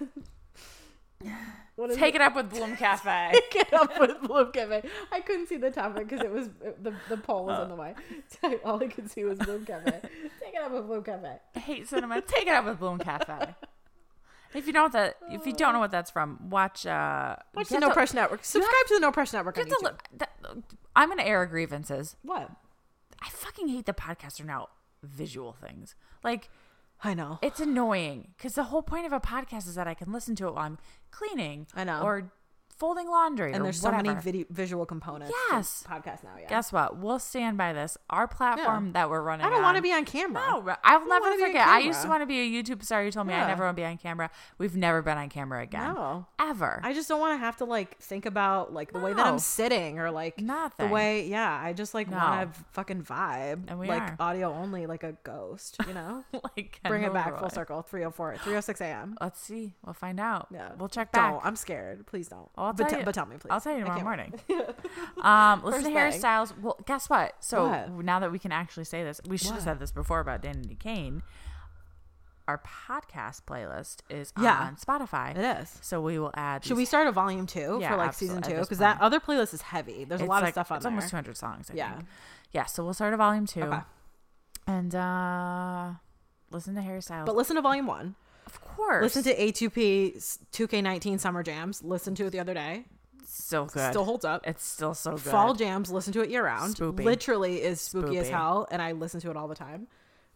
Speaker 2: What is
Speaker 1: Take it up with Bloom Cafe.
Speaker 2: Pick it up with Bloom Cafe. I couldn't see the topic because it was the, the poll was in the way. So all I could see was Bloom Cafe. Take it up with Bloom Cafe.
Speaker 1: hate cinema. Take it up with Bloom Cafe. If you don't that, if you don't know what that's from, watch. uh
Speaker 2: Watch
Speaker 1: get
Speaker 2: the No
Speaker 1: to-
Speaker 2: Pressure Network. Subscribe to the No Pressure Network on
Speaker 1: Get to
Speaker 2: YouTube.
Speaker 1: look. That, I'm gonna air grievances.
Speaker 2: what?
Speaker 1: I fucking hate the podcasts are now visual things. Like
Speaker 2: I know.
Speaker 1: it's annoying because the whole point of a podcast is that I can listen to it while I'm cleaning.
Speaker 2: I know.
Speaker 1: Or folding laundry.
Speaker 2: and
Speaker 1: or
Speaker 2: there's so
Speaker 1: whatever.
Speaker 2: many video, visual components.
Speaker 1: Yes.
Speaker 2: To podcasts now. Yeah.
Speaker 1: Guess what? We'll stand by this. Our platform that we're running.
Speaker 2: I don't want to
Speaker 1: on-
Speaker 2: be on camera.
Speaker 1: No, I'll never
Speaker 2: wanna be on
Speaker 1: forget. I used to
Speaker 2: camera.
Speaker 1: want to be a YouTube star. You told me I
Speaker 2: Yeah.
Speaker 1: never want to be on camera. We've never been on camera
Speaker 2: Oh.
Speaker 1: again.
Speaker 2: No.
Speaker 1: Ever.
Speaker 2: I just don't want to have to like think about like the way
Speaker 1: No.
Speaker 2: that I'm sitting or like
Speaker 1: Nothing.
Speaker 2: the way yeah I just like
Speaker 1: No.
Speaker 2: want to fucking vibe
Speaker 1: And we
Speaker 2: like
Speaker 1: are.
Speaker 2: audio only like a ghost you know
Speaker 1: like
Speaker 2: bring it
Speaker 1: Kendall
Speaker 2: back
Speaker 1: Roy.
Speaker 2: full circle 304 306 a.m.
Speaker 1: Let's see. We'll find out.
Speaker 2: Yeah.
Speaker 1: We'll check back.
Speaker 2: Don't. I'm scared. Please don't.
Speaker 1: I'll
Speaker 2: but,
Speaker 1: tell
Speaker 2: te-
Speaker 1: you-
Speaker 2: but tell me, please.
Speaker 1: I'll tell you
Speaker 2: I
Speaker 1: tomorrow
Speaker 2: can't
Speaker 1: morning. um, listen
Speaker 2: First
Speaker 1: to Harry
Speaker 2: thing.
Speaker 1: Styles. Well, guess what? So
Speaker 2: What?
Speaker 1: now that we can actually say this, we should have
Speaker 2: What?
Speaker 1: said this before about Danny Kane. Our podcast playlist is
Speaker 2: Yeah.
Speaker 1: on Spotify.
Speaker 2: wait. It is.
Speaker 1: So we will add.
Speaker 2: Should
Speaker 1: these-
Speaker 2: we start a volume two
Speaker 1: Yeah,
Speaker 2: for like
Speaker 1: absol-
Speaker 2: season
Speaker 1: at
Speaker 2: two?
Speaker 1: this
Speaker 2: Because that
Speaker 1: point.
Speaker 2: other playlist is heavy. There's a
Speaker 1: it's
Speaker 2: lot
Speaker 1: like-
Speaker 2: of stuff on
Speaker 1: It's
Speaker 2: there.
Speaker 1: almost 200 songs. I
Speaker 2: Yeah.
Speaker 1: Think. Yeah. So we'll start a volume two,
Speaker 2: Okay.
Speaker 1: and uh listen to Harry Styles.
Speaker 2: But listen to volume one.
Speaker 1: of course,
Speaker 2: Listen to A2P 2K19 Summer Jams. Listen to it the other day.
Speaker 1: so good.
Speaker 2: Still holds up.
Speaker 1: it's still so good.
Speaker 2: Fall Jams. Listen to it year round.
Speaker 1: Spoopy.
Speaker 2: Literally is spooky as
Speaker 1: Spoopy.
Speaker 2: hell, and I listen to it all the time.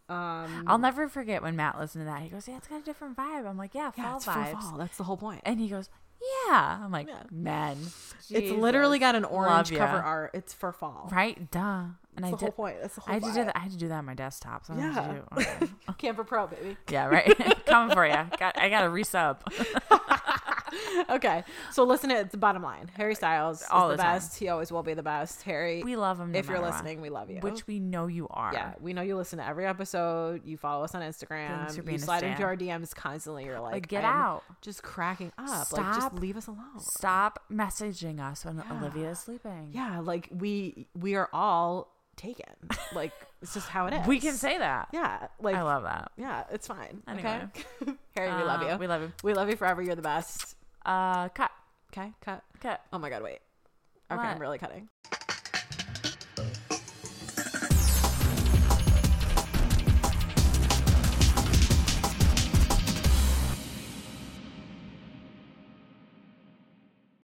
Speaker 1: I'll
Speaker 2: Mm-hmm.
Speaker 1: never forget when Matt listened to that. He goes, "Yeah, it's got a different vibe." I'm like, "Yeah, fall
Speaker 2: Yeah, it's for
Speaker 1: vibes."
Speaker 2: fall. That's the whole point.
Speaker 1: And he goes, "Yeah." I'm like,
Speaker 2: Yeah.
Speaker 1: "Men,
Speaker 2: It's literally got an
Speaker 1: Love
Speaker 2: orange
Speaker 1: ya.
Speaker 2: cover art. It's for fall.
Speaker 1: right, duh." And I
Speaker 2: That's the
Speaker 1: did.
Speaker 2: whole point. That's the whole
Speaker 1: I had to do
Speaker 2: vibe.
Speaker 1: that. I had to do that on my desktop. So yeah.
Speaker 2: Yeah.
Speaker 1: Do, okay.
Speaker 2: Camper Pro, baby.
Speaker 1: yeah, right. Coming for you. Got, I got to resub.
Speaker 2: okay. So listen to the bottom line. Harry Styles
Speaker 1: All
Speaker 2: is
Speaker 1: the
Speaker 2: the,
Speaker 1: time.
Speaker 2: best. He always will be the best. Harry,
Speaker 1: We love him. No
Speaker 2: if you're
Speaker 1: matter what,
Speaker 2: listening, we love you.
Speaker 1: which we know you are.
Speaker 2: yeah, we know you listen to every episode. You follow us on
Speaker 1: Thanks
Speaker 2: Instagram.
Speaker 1: for being
Speaker 2: You
Speaker 1: a
Speaker 2: slide into
Speaker 1: stan.
Speaker 2: our DMs constantly. You're like,
Speaker 1: Like, get
Speaker 2: I am
Speaker 1: out.
Speaker 2: just cracking up. Like,
Speaker 1: Stop.
Speaker 2: just leave us alone.
Speaker 1: Stop messaging us when Olivia is sleeping.
Speaker 2: Yeah, like we we are all taken. Like it's just how it is.
Speaker 1: we can say that.
Speaker 2: yeah, like
Speaker 1: I love that.
Speaker 2: yeah, it's fine.
Speaker 1: Anyway.
Speaker 2: Okay, Harry, we love
Speaker 1: Uh,
Speaker 2: you.
Speaker 1: We love you.
Speaker 2: We love you forever. You're the best.
Speaker 1: Uh, cut,
Speaker 2: Okay, cut.
Speaker 1: cut.
Speaker 2: Oh my god, wait. Okay,
Speaker 1: What?
Speaker 2: I'm really cutting.